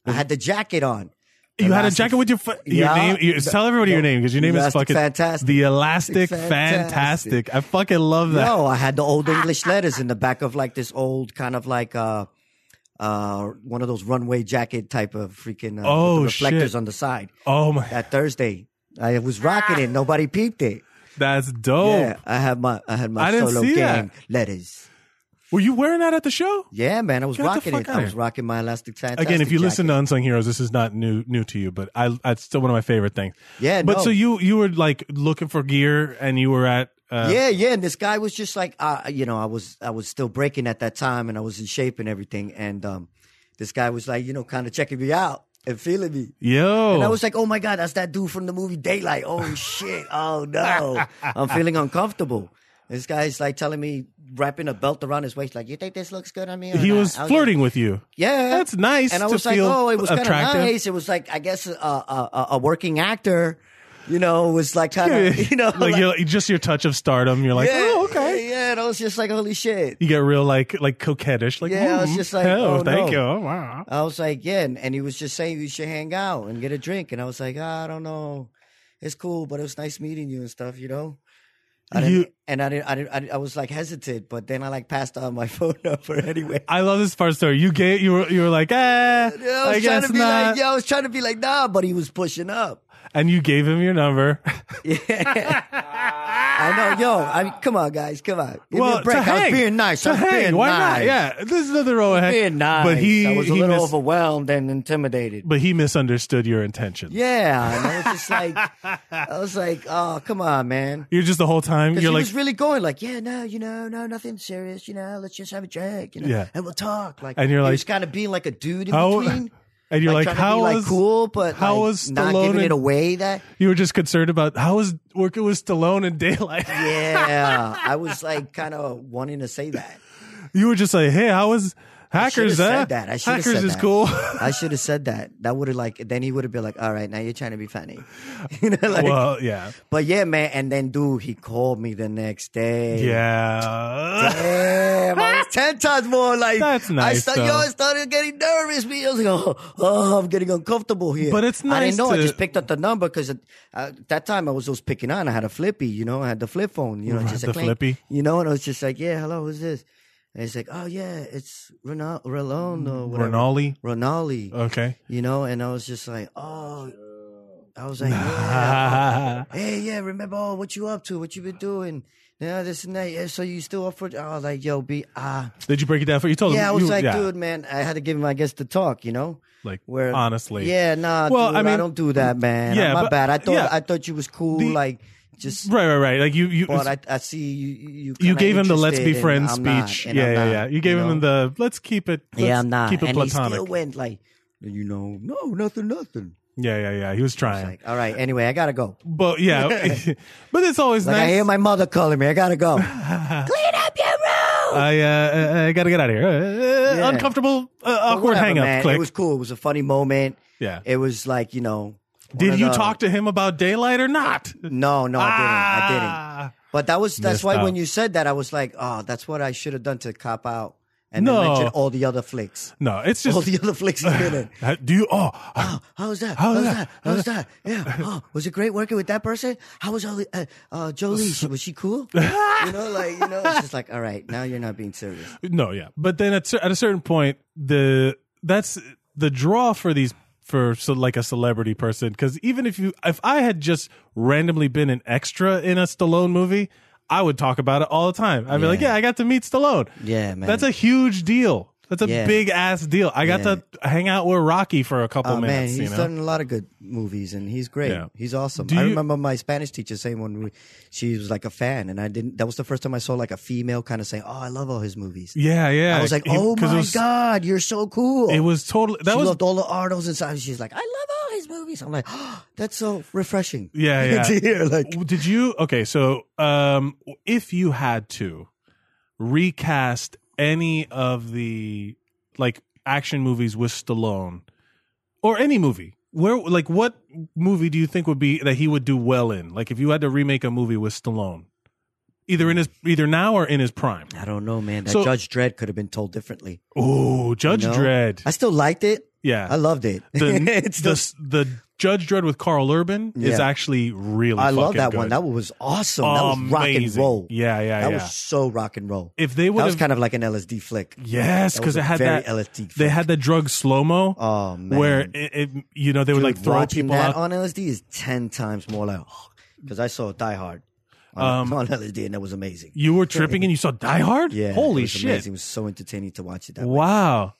Speaker 3: I had the jacket on.
Speaker 2: You had a
Speaker 3: Elastic-
Speaker 2: jacket with your fu- your
Speaker 3: Yeah.
Speaker 2: name. You,
Speaker 3: The-
Speaker 2: tell everybody your
Speaker 3: the
Speaker 2: name because your name is
Speaker 3: Elastic
Speaker 2: fucking
Speaker 3: Fantastic.
Speaker 2: The elastic fantastic.
Speaker 3: Fantastic.
Speaker 2: I fucking love that.
Speaker 3: No, I had the old English letters in the back of like this old kind of like uh uh one of those runway jacket type of freaking uh, with
Speaker 2: Oh,
Speaker 3: the reflectors
Speaker 2: shit. Ah.
Speaker 3: on the side.
Speaker 2: Oh my,
Speaker 3: That Thursday, I was rocking it. Nobody peeped it.
Speaker 2: that's dope.
Speaker 3: Yeah, I had my I had my
Speaker 2: Oh. I didn't
Speaker 3: solo
Speaker 2: see
Speaker 3: game
Speaker 2: that.
Speaker 3: letters.
Speaker 2: Were you wearing that at the show?
Speaker 3: Yeah, man, I was
Speaker 2: Get the
Speaker 3: rocking
Speaker 2: fuck
Speaker 3: it.
Speaker 2: outta
Speaker 3: I was
Speaker 2: here.
Speaker 3: rocking my elastic fantastic.
Speaker 2: Again, if you listen
Speaker 3: jacket.
Speaker 2: to Unsung Heroes, this is not new new to you, but I it's still one of my favorite things.
Speaker 3: Yeah,
Speaker 2: But
Speaker 3: no.
Speaker 2: so you you were like looking for gear, and you were at uh,
Speaker 3: yeah, yeah, and this guy was just like, uh, you know, I was I was still breaking at that time, and I was in shape and everything, and um, this guy was like, you know, kind of checking me out and feeling me.
Speaker 2: yo.
Speaker 3: And I was like, oh my God, that's that dude from the movie Daylight. Oh shit. Oh no. I'm feeling uncomfortable. This guy's like telling me, wrapping a belt around his waist, like, you think this looks good on me? or
Speaker 2: he
Speaker 3: not?"
Speaker 2: was
Speaker 3: I
Speaker 2: flirting with you.
Speaker 3: Yeah,
Speaker 2: That's nice
Speaker 3: And I
Speaker 2: to
Speaker 3: was like,
Speaker 2: feel
Speaker 3: oh, it was kind of
Speaker 2: attractive.
Speaker 3: nice. It was like, I guess, a a, a, a working actor, you know, was like kind of, you know,
Speaker 2: like, you're, just your touch of stardom. You're like, oh, okay.
Speaker 3: yeah, yeah. And I was just like, holy shit.
Speaker 2: You get real like like coquettish. Like,
Speaker 3: Yeah, I was
Speaker 2: "Hmm,
Speaker 3: just like,
Speaker 2: hell,
Speaker 3: oh,
Speaker 2: thank
Speaker 3: no."
Speaker 2: you. Wow.
Speaker 3: I was like, yeah, and, and he was just saying we should hang out and get a drink, and I was like, "Ah, I don't know, it's cool, but it was nice meeting you and stuff, you know. I didn't,
Speaker 2: You-
Speaker 3: and I didn't, I didn't, I didn't- I was like hesitant, but then I like passed on my phone number anyway.
Speaker 2: I love this part of the story. You gave you were you were like, ah,
Speaker 3: Yeah, I was
Speaker 2: I
Speaker 3: trying
Speaker 2: guess
Speaker 3: to be
Speaker 2: not.
Speaker 3: like, yeah, I was trying to be like, nah, but he was pushing up.
Speaker 2: And you gave him your number.
Speaker 3: I know, yo, I mean, come on, guys, come on, give
Speaker 2: well,
Speaker 3: me a break.
Speaker 2: to hang,
Speaker 3: I was being nice.
Speaker 2: To
Speaker 3: I was
Speaker 2: hang,
Speaker 3: being
Speaker 2: why
Speaker 3: nice.
Speaker 2: not? Yeah, this is another row ahead.
Speaker 3: being nice.
Speaker 2: But he
Speaker 3: I was a
Speaker 2: he
Speaker 3: little
Speaker 2: mis-
Speaker 3: overwhelmed and intimidated.
Speaker 2: but he misunderstood your intention.
Speaker 3: Yeah, and I was just like, I was like, oh, come on, man.
Speaker 2: You're just the whole time.
Speaker 3: Because
Speaker 2: You're
Speaker 3: he
Speaker 2: like,
Speaker 3: was really going like, yeah, no, you know, no, nothing serious, you know, let's just have a drink, you know,
Speaker 2: Yeah.
Speaker 3: and we'll talk. Like,
Speaker 2: And you're
Speaker 3: he
Speaker 2: like,
Speaker 3: was kind of being like a dude in
Speaker 2: how-
Speaker 3: between.
Speaker 2: and you're like,
Speaker 3: trying
Speaker 2: how
Speaker 3: to be, like
Speaker 2: was-
Speaker 3: cool, but
Speaker 2: how
Speaker 3: like,
Speaker 2: was
Speaker 3: not
Speaker 2: Stallone
Speaker 3: giving
Speaker 2: and-
Speaker 3: it away that.
Speaker 2: you were just concerned about how is working with Stallone in daylight.
Speaker 3: Yeah, I was like kind of wanting to say that.
Speaker 2: You were just like, hey, how is
Speaker 3: Should've
Speaker 2: hackers? huh?
Speaker 3: said that. I should have
Speaker 2: hackers
Speaker 3: said
Speaker 2: is
Speaker 3: that.
Speaker 2: cool.
Speaker 3: I should have said that. That would have like then he would have been like, all right, now you're trying to be funny, you know, like.
Speaker 2: well, yeah,
Speaker 3: but yeah, man. And then dude, he called me the next day.
Speaker 2: yeah.
Speaker 3: Damn, I was ten times more like
Speaker 2: That's
Speaker 3: I
Speaker 2: nice,
Speaker 3: start,
Speaker 2: though.
Speaker 3: yo, I started getting nervous. Me, I was like, oh, oh, I'm getting uncomfortable here.
Speaker 2: But it's
Speaker 3: I
Speaker 2: nice
Speaker 3: didn't know. I
Speaker 2: to-
Speaker 3: just picked up the number because at uh, that time I was just picking on. I had a flippy, you know. I had the flip phone, you know,
Speaker 2: Right,
Speaker 3: just
Speaker 2: the
Speaker 3: a clink,
Speaker 2: flippy.
Speaker 3: you know. And I was just like, yeah, hello, who's this? And it's like, oh yeah, it's Ronal- Rolone
Speaker 2: Mm,
Speaker 3: or whatever.
Speaker 2: Rinaldi.
Speaker 3: Ronaldi,
Speaker 2: Okay.
Speaker 3: you know. And I was just like, oh, I was like, yeah hey, yeah, remember oh, what you up to, what you been doing. Yeah, this and that. Yeah, so you still up for? I was like, yo, B, ah,
Speaker 2: Did you break it down for you? Told him.
Speaker 3: yeah. I was
Speaker 2: Oh, you-
Speaker 3: like, dude, man, I had to give him, I guess, the talk, you know.
Speaker 2: Like,
Speaker 3: Where
Speaker 2: honestly.
Speaker 3: yeah, nah,
Speaker 2: Well,
Speaker 3: dude,
Speaker 2: I
Speaker 3: I,
Speaker 2: mean-
Speaker 3: don't do that, man.
Speaker 2: Yeah,
Speaker 3: Yeah, my
Speaker 2: but-
Speaker 3: bad. I thought
Speaker 2: yeah.
Speaker 3: I thought you was cool,
Speaker 2: The-
Speaker 3: like just.
Speaker 2: Right, right, right. Like you, you,
Speaker 3: But I, I see you. You,
Speaker 2: you
Speaker 3: kinda
Speaker 2: gave him the "Let's be
Speaker 3: interested and
Speaker 2: friends"
Speaker 3: I'm not,
Speaker 2: speech.
Speaker 3: and
Speaker 2: yeah,
Speaker 3: I'm
Speaker 2: yeah,
Speaker 3: not,
Speaker 2: yeah. You gave
Speaker 3: know?
Speaker 2: him the "Let's keep it." Let's
Speaker 3: yeah, I'm not.
Speaker 2: keep it
Speaker 3: and he
Speaker 2: platonic.
Speaker 3: still went like, you know, no, nothing, nothing.
Speaker 2: yeah, yeah, yeah. He was trying,
Speaker 3: Like, all right. Anyway, I gotta go.
Speaker 2: but yeah, but it's always
Speaker 3: Like
Speaker 2: nice.
Speaker 3: I hear my mother calling me. I gotta go.
Speaker 2: I, uh, I, I gotta get out of here. Uh,
Speaker 3: Yeah.
Speaker 2: Uncomfortable, uh,
Speaker 3: But
Speaker 2: awkward
Speaker 3: whatever,
Speaker 2: hang up.
Speaker 3: man.
Speaker 2: Click.
Speaker 3: It was cool. It was a funny moment.
Speaker 2: Yeah.
Speaker 3: It was like, you know. one
Speaker 2: Did
Speaker 3: of
Speaker 2: you
Speaker 3: the-
Speaker 2: talk to him about daylight or not?
Speaker 3: No, no, I didn't. I didn't.
Speaker 2: Ah.
Speaker 3: But that was that's
Speaker 2: Missed
Speaker 3: why
Speaker 2: out.
Speaker 3: when you said that, I was like, oh, that's what I should have done to cop out and
Speaker 2: No.
Speaker 3: then mention all the other flicks.
Speaker 2: No, it's
Speaker 3: All
Speaker 2: just.
Speaker 3: the other flicks in it.
Speaker 2: Uh, Do you? Oh, uh,
Speaker 3: Oh, how was that?
Speaker 2: How
Speaker 3: How
Speaker 2: was
Speaker 3: was
Speaker 2: that?
Speaker 3: that? How was that? Yeah. Oh, was it great working with that person? How was Oli- uh, uh, Jolie? She- Was she cool? you know, like you know, it's just like, all right, now you're not being serious.
Speaker 2: No, yeah, but then at, cer- at a certain point, the that's the draw for these for so like a celebrity person because even if you if I had just randomly been an extra in a Stallone movie, I would talk about it all the time. I'd be like, yeah, I got to meet Stallone.
Speaker 3: Yeah, man.
Speaker 2: that's a huge deal. That's a
Speaker 3: Yeah.
Speaker 2: big ass deal. I got
Speaker 3: Yeah.
Speaker 2: to hang out with Rocky for a couple
Speaker 3: Oh man,
Speaker 2: minutes.
Speaker 3: he's
Speaker 2: Um, you know,
Speaker 3: done a lot of good movies, and he's great.
Speaker 2: Yeah.
Speaker 3: He's awesome.
Speaker 2: Do
Speaker 3: I
Speaker 2: you-
Speaker 3: remember my Spanish teacher saying when we, she was like a fan, and I didn't. That was the first time I saw like a female kind of saying, "Oh, I love all his movies."
Speaker 2: yeah, yeah.
Speaker 3: I was like,
Speaker 2: He-
Speaker 3: "Oh
Speaker 2: 'cause it
Speaker 3: my
Speaker 2: was-
Speaker 3: god, you're so cool."
Speaker 2: it was totally that
Speaker 3: she
Speaker 2: was
Speaker 3: loved all the Arnold's and stuff. She's like, "I love all his movies." I'm like, oh, "That's so refreshing."
Speaker 2: Yeah, yeah.
Speaker 3: to hear, like,
Speaker 2: W- did you okay so um if you had to recast any of the like action movies with stallone or any movie where like what movie do you think would be that he would do well in like if you had to remake a movie with stallone either in his either now or in his prime.
Speaker 3: I don't know, man. That
Speaker 2: So-
Speaker 3: Judge Dredd could have been told differently.
Speaker 2: Oh, Judge
Speaker 3: you know?
Speaker 2: Dredd.
Speaker 3: I still liked it.
Speaker 2: yeah,
Speaker 3: I loved it.
Speaker 2: the,
Speaker 3: It's still-
Speaker 2: the, the Judge Dredd with Carl Urban is
Speaker 3: Yeah.
Speaker 2: actually really.
Speaker 3: I love
Speaker 2: fucking
Speaker 3: that
Speaker 2: good.
Speaker 3: one. That one was awesome. That was rock and
Speaker 2: Amazing.
Speaker 3: roll.
Speaker 2: Yeah, yeah,
Speaker 3: That
Speaker 2: yeah.
Speaker 3: was so rock and roll.
Speaker 2: if they would
Speaker 3: that was
Speaker 2: have
Speaker 3: kind of like an LSD flick.
Speaker 2: Yes,
Speaker 3: That
Speaker 2: because
Speaker 3: was
Speaker 2: it
Speaker 3: a
Speaker 2: had
Speaker 3: very
Speaker 2: that.
Speaker 3: LSD
Speaker 2: They
Speaker 3: flick.
Speaker 2: had that drug slow mo.
Speaker 3: Oh, man.
Speaker 2: Where it, it you know they would
Speaker 3: Dude,
Speaker 2: like throw
Speaker 3: watching
Speaker 2: people
Speaker 3: that
Speaker 2: out.
Speaker 3: on LSD is ten times more like because I saw Die Hard on,
Speaker 2: Um,
Speaker 3: on LSD and that was amazing.
Speaker 2: you were tripping and you saw Die Hard.
Speaker 3: Yeah,
Speaker 2: holy
Speaker 3: it was
Speaker 2: shit!
Speaker 3: Amazing. It was so entertaining to watch it. That way.
Speaker 2: Wow.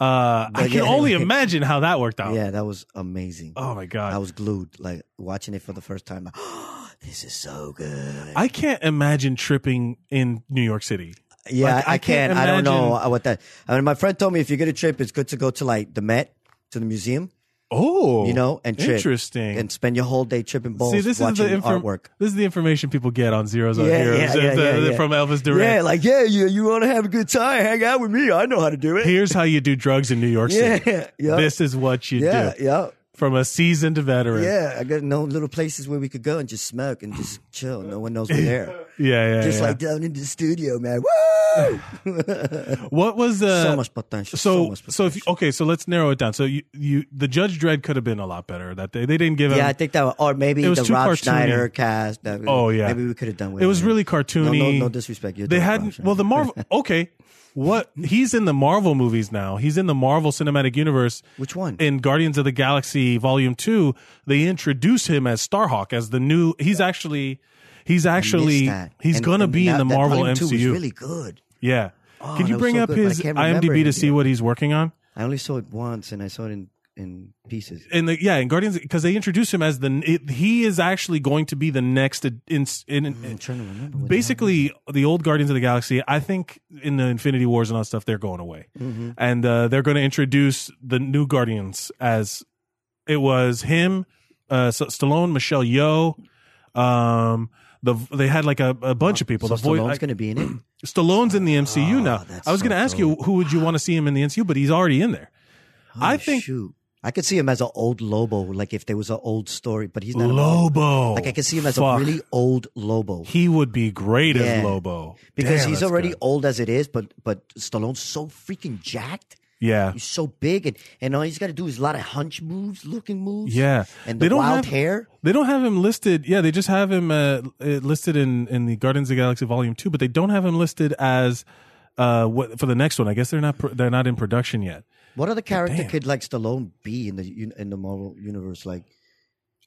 Speaker 2: Uh, I
Speaker 3: But
Speaker 2: can
Speaker 3: yeah.
Speaker 2: only imagine how that worked out.
Speaker 3: Yeah, that was amazing.
Speaker 2: Oh my
Speaker 3: I
Speaker 2: god.
Speaker 3: was glued, like watching it for the first time. Like, this is so good.
Speaker 2: I can't imagine tripping in New York City.
Speaker 3: yeah,
Speaker 2: like,
Speaker 3: I,
Speaker 2: I can't
Speaker 3: can. I don't
Speaker 2: imagine-
Speaker 3: know uh, what that. I mean, my friend told me if you get a trip, it's good to go to like the Met, to the museum,
Speaker 2: Oh,
Speaker 3: you know, and trip.
Speaker 2: interesting.
Speaker 3: and spend your whole day tripping balls
Speaker 2: See, this is
Speaker 3: watching
Speaker 2: the inform-
Speaker 3: artwork.
Speaker 2: This is the information people get on Zeros on Heroes It's, uh, from Elvis Duran.
Speaker 3: Yeah, like yeah, you you want to have a good time, hang out with me. I know how to do it.
Speaker 2: Here's how you do drugs in New York
Speaker 3: Yeah,
Speaker 2: City.
Speaker 3: yeah.
Speaker 2: This is what you
Speaker 3: yeah,
Speaker 2: do
Speaker 3: yeah,
Speaker 2: from a seasoned veteran.
Speaker 3: yeah. I got no little places where we could go and just smoke and just chill. No one knows we're there.
Speaker 2: yeah, yeah.
Speaker 3: Just
Speaker 2: yeah.
Speaker 3: like down in the studio, man. Woo!
Speaker 2: what was the
Speaker 3: so much potential. So,
Speaker 2: Uh, so
Speaker 3: much potential.
Speaker 2: so if you, okay so let's narrow it down so you you the judge dredd could have been a lot better that day they didn't give him
Speaker 3: yeah, I think that, or maybe
Speaker 2: It was
Speaker 3: the
Speaker 2: too
Speaker 3: Rob
Speaker 2: cartoony.
Speaker 3: Schneider cast. That,
Speaker 2: Oh, yeah.
Speaker 3: maybe we could have done with
Speaker 2: it was
Speaker 3: man.
Speaker 2: really cartoony
Speaker 3: No, no, no disrespect. You're
Speaker 2: they
Speaker 3: doing it,
Speaker 2: hadn't
Speaker 3: Rob
Speaker 2: well the
Speaker 3: Schneider.
Speaker 2: marvel okay what he's in the marvel movies now he's in the marvel cinematic universe
Speaker 3: Which one?
Speaker 2: in guardians of the galaxy volume 2 they introduce him as starhawk as the new he's actually he's actually
Speaker 3: Missed that.
Speaker 2: he's
Speaker 3: And-
Speaker 2: gonna
Speaker 3: and
Speaker 2: be
Speaker 3: that-
Speaker 2: in the
Speaker 3: that
Speaker 2: marvel
Speaker 3: volume two
Speaker 2: mcu
Speaker 3: was really good.
Speaker 2: yeah
Speaker 3: Oh,
Speaker 2: can
Speaker 3: that
Speaker 2: you
Speaker 3: was
Speaker 2: bring
Speaker 3: so
Speaker 2: up
Speaker 3: good, but I
Speaker 2: his
Speaker 3: can't remember
Speaker 2: imdb
Speaker 3: it.
Speaker 2: to see what he's working on
Speaker 3: I only saw it once, and I saw it in in pieces.
Speaker 2: in the yeah in Guardians because they introduce him as the it, he is actually going to be the next in, in,
Speaker 3: I'm trying to remember. what
Speaker 2: basically the old Guardians of the Galaxy. I think in the Infinity Wars and all that stuff, they're going away,
Speaker 3: Mm-hmm.
Speaker 2: and uh, they're going to introduce the new Guardians as it was him, uh, S- Stallone, Michelle Yeoh. Um, the they had like a, a bunch of people.
Speaker 3: So
Speaker 2: the voice
Speaker 3: Stallone's going to be in it.
Speaker 2: Stallone's in the MCU
Speaker 3: Oh,
Speaker 2: now.
Speaker 3: that's
Speaker 2: I was
Speaker 3: so
Speaker 2: going to ask you who would you want to see him in the MCU, but he's already in there. I
Speaker 3: Oh,
Speaker 2: think
Speaker 3: shoot. I could see him as an old Lobo, like if there was an old story, but he's not. an old-
Speaker 2: Lobo.
Speaker 3: like I could see him as
Speaker 2: Fuck.
Speaker 3: a really old Lobo
Speaker 2: He would be great
Speaker 3: Yeah.
Speaker 2: as Lobo
Speaker 3: because
Speaker 2: Damn,
Speaker 3: he's
Speaker 2: that's
Speaker 3: already
Speaker 2: good.
Speaker 3: old as it is. But but Stallone's so freaking jacked.
Speaker 2: yeah.
Speaker 3: He's so big, and, and all he's got to do is a lot of hunch moves, looking moves.
Speaker 2: Yeah,
Speaker 3: and
Speaker 2: They
Speaker 3: the
Speaker 2: don't
Speaker 3: wild
Speaker 2: have-
Speaker 3: hair.
Speaker 2: They don't have him listed. Yeah, they just have him uh, uh, listed in in the Guardians of the Galaxy Volume Two, but they don't have him listed as uh what for the next one. I guess they're not pro- they're not in production yet.
Speaker 3: What other character
Speaker 2: Damn.
Speaker 3: could like Stallone be in the un- in the Marvel universe? Like,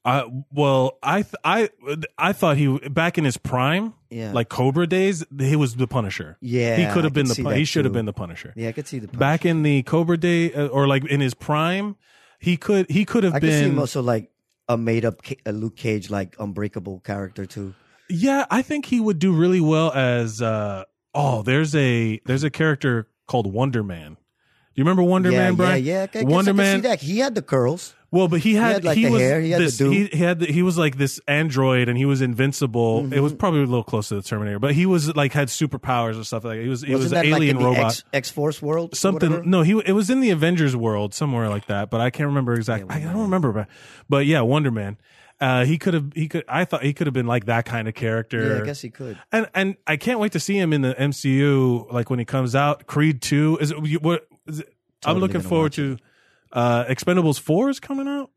Speaker 2: I well, I th- I I thought he back in his prime,
Speaker 3: Yeah.
Speaker 2: like Cobra days, he was the Punisher.
Speaker 3: Yeah,
Speaker 2: he could
Speaker 3: I
Speaker 2: have been
Speaker 3: could
Speaker 2: the
Speaker 3: see
Speaker 2: pun-
Speaker 3: that
Speaker 2: he should have
Speaker 3: too.
Speaker 2: been the Punisher.
Speaker 3: yeah, I could see the
Speaker 2: Back in the Cobra day, uh, or like in his prime, he could he could have
Speaker 3: I could see
Speaker 2: been
Speaker 3: him also like a made up Ca- a Luke Cage like unbreakable character too.
Speaker 2: Yeah, I think he would do really well as uh oh, there's a there's a character called Wonder Man. Do you remember Wonder
Speaker 3: yeah,
Speaker 2: Man, Brian?
Speaker 3: Yeah, yeah. I guess
Speaker 2: Wonder
Speaker 3: I can
Speaker 2: Man.
Speaker 3: See that. He had the curls.
Speaker 2: Well, but he had,
Speaker 3: had, like, the
Speaker 2: was
Speaker 3: hair, he had the
Speaker 2: this,
Speaker 3: do.
Speaker 2: he, he had the, he was like this android, and he was invincible. It
Speaker 3: Mm-hmm.
Speaker 2: was probably a little close to the Terminator, but he was like had superpowers or stuff like that. He was it
Speaker 3: Wasn't
Speaker 2: was
Speaker 3: that
Speaker 2: an alien
Speaker 3: like in
Speaker 2: robot.
Speaker 3: the X Force world? or
Speaker 2: Something
Speaker 3: whatever?
Speaker 2: no, he it was in the Avengers world somewhere like that, but I can't remember exactly. I don't remember, but but yeah, Wonder Man. Uh, he could have he could I thought he could have been like that kind of character.
Speaker 3: Yeah, I guess he could.
Speaker 2: And and I can't wait to see him in the MCU. Like when he comes out, Creed Two is it, you- what? Is it, I'm
Speaker 3: Totally
Speaker 2: looking
Speaker 3: gonna
Speaker 2: forward
Speaker 3: watch
Speaker 2: to. Uh, Expendables Four is coming out.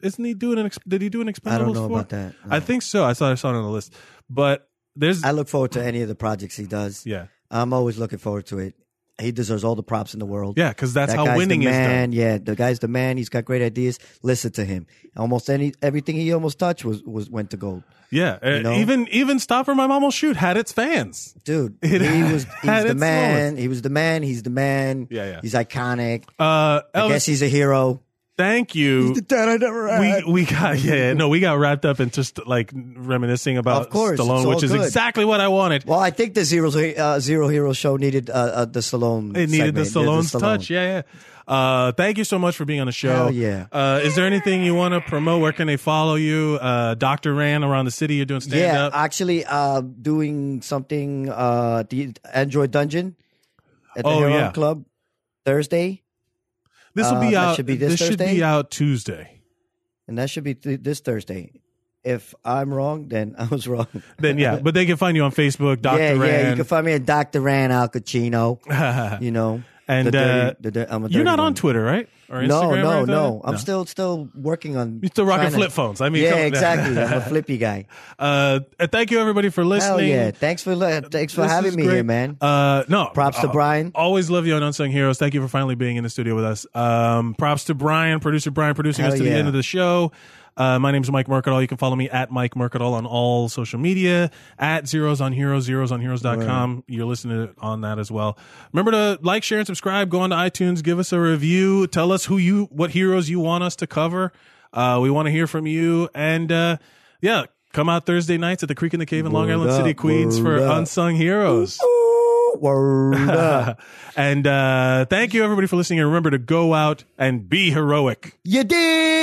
Speaker 2: Isn't he doing an? Ex- Did he do an Expendables?
Speaker 3: I don't know
Speaker 2: 4?
Speaker 3: about that.
Speaker 2: I think so. I saw I saw it on the list, but there's
Speaker 3: I look forward to any of the projects he does.
Speaker 2: yeah
Speaker 3: I'm always looking forward to it. He deserves all the props in the world.
Speaker 2: yeah because that's
Speaker 3: that
Speaker 2: how
Speaker 3: guy's
Speaker 2: winning
Speaker 3: the
Speaker 2: is done.
Speaker 3: man. Yeah, the guy's the man. He's got great ideas. Listen to him. Almost any everything he almost touched was, was went to gold.
Speaker 2: Yeah, uh,
Speaker 3: You know?
Speaker 2: even even Stop or My Mom Will Shoot had its fans.
Speaker 3: Dude,
Speaker 2: It
Speaker 3: he was
Speaker 2: had
Speaker 3: he's the
Speaker 2: its
Speaker 3: man.
Speaker 2: moments.
Speaker 3: He was the man. He's the man.
Speaker 2: Yeah, yeah.
Speaker 3: He's iconic.
Speaker 2: Uh,
Speaker 3: I
Speaker 2: Elvis,
Speaker 3: guess he's a hero.
Speaker 2: thank you.
Speaker 3: dad I never
Speaker 2: we we got yeah, yeah no we got wrapped up in just like reminiscing about
Speaker 3: Of course, it's
Speaker 2: Stallone,
Speaker 3: all
Speaker 2: which is
Speaker 3: good.
Speaker 2: exactly what I wanted.
Speaker 3: well, I think the Zero uh, Zero Hero show needed uh, uh, the Stallone.
Speaker 2: It needed the
Speaker 3: segment. Yeah,
Speaker 2: Stallone's touch. Yeah, yeah. Uh, thank you so much for being on the show.
Speaker 3: Hell yeah.
Speaker 2: Uh, is there anything you want to promote? Where can they follow you? Uh, Dr. Ran around the city. You're doing stand
Speaker 3: Yeah,
Speaker 2: up.
Speaker 3: actually, uh, doing something. Uh, the Android Dungeon at the
Speaker 2: Oh,
Speaker 3: Hero
Speaker 2: yeah.
Speaker 3: Club Thursday,
Speaker 2: this will be
Speaker 3: uh, that
Speaker 2: out.
Speaker 3: should be this
Speaker 2: should be
Speaker 3: Thursday?
Speaker 2: out Tuesday.
Speaker 3: and that should be th- this Thursday. if I'm wrong, then I was wrong.
Speaker 2: Then yeah, but they can find you on Facebook, Doctor
Speaker 3: yeah, yeah. You
Speaker 2: Rand.
Speaker 3: can find me at Dr. Ran Al Pacino. you know,
Speaker 2: And,
Speaker 3: the dirty,
Speaker 2: uh,
Speaker 3: the dir- I'm a
Speaker 2: You're
Speaker 3: dirty
Speaker 2: not
Speaker 3: one.
Speaker 2: on Twitter, right? Or
Speaker 3: No,
Speaker 2: Instagram or
Speaker 3: no,
Speaker 2: anything?
Speaker 3: no. I'm still still working on.
Speaker 2: You're still rocking
Speaker 3: trying to-
Speaker 2: flip phones. I mean,
Speaker 3: yeah,
Speaker 2: come on.
Speaker 3: exactly. I'm a flippy guy.
Speaker 2: Uh, and thank you everybody for
Speaker 3: Hell
Speaker 2: listening.
Speaker 3: yeah! Thanks for li- thanks for
Speaker 2: This
Speaker 3: having
Speaker 2: is
Speaker 3: me
Speaker 2: great.
Speaker 3: here, man.
Speaker 2: Uh, no.
Speaker 3: Props to
Speaker 2: Uh,
Speaker 3: Brian.
Speaker 2: Always love you on Unsung Heroes. Thank you for finally being in the studio with us. Um, props to Brian, producer Brian, producing
Speaker 3: Hell
Speaker 2: us to the
Speaker 3: yeah.
Speaker 2: end of the show. Uh, my name is Mike Mercadal. You can follow me at Mike Mercadal on all social media, at Zeros on Heroes, Zeros on Heroes.com. You're listening to it on that as well. Remember to like, share, and subscribe. Go on to iTunes, give us a review. Tell us who you, what heroes you want us to cover. Uh, we want to hear from you. And, uh, yeah, come out Thursday nights at the Creek in the Cave in Long
Speaker 3: Word
Speaker 2: Island City,
Speaker 3: up,
Speaker 2: Queens for
Speaker 3: word up.
Speaker 2: Unsung Heroes.
Speaker 3: Ooh, word up.
Speaker 2: and uh, thank you everybody for listening. And remember to go out and be heroic.
Speaker 3: you did.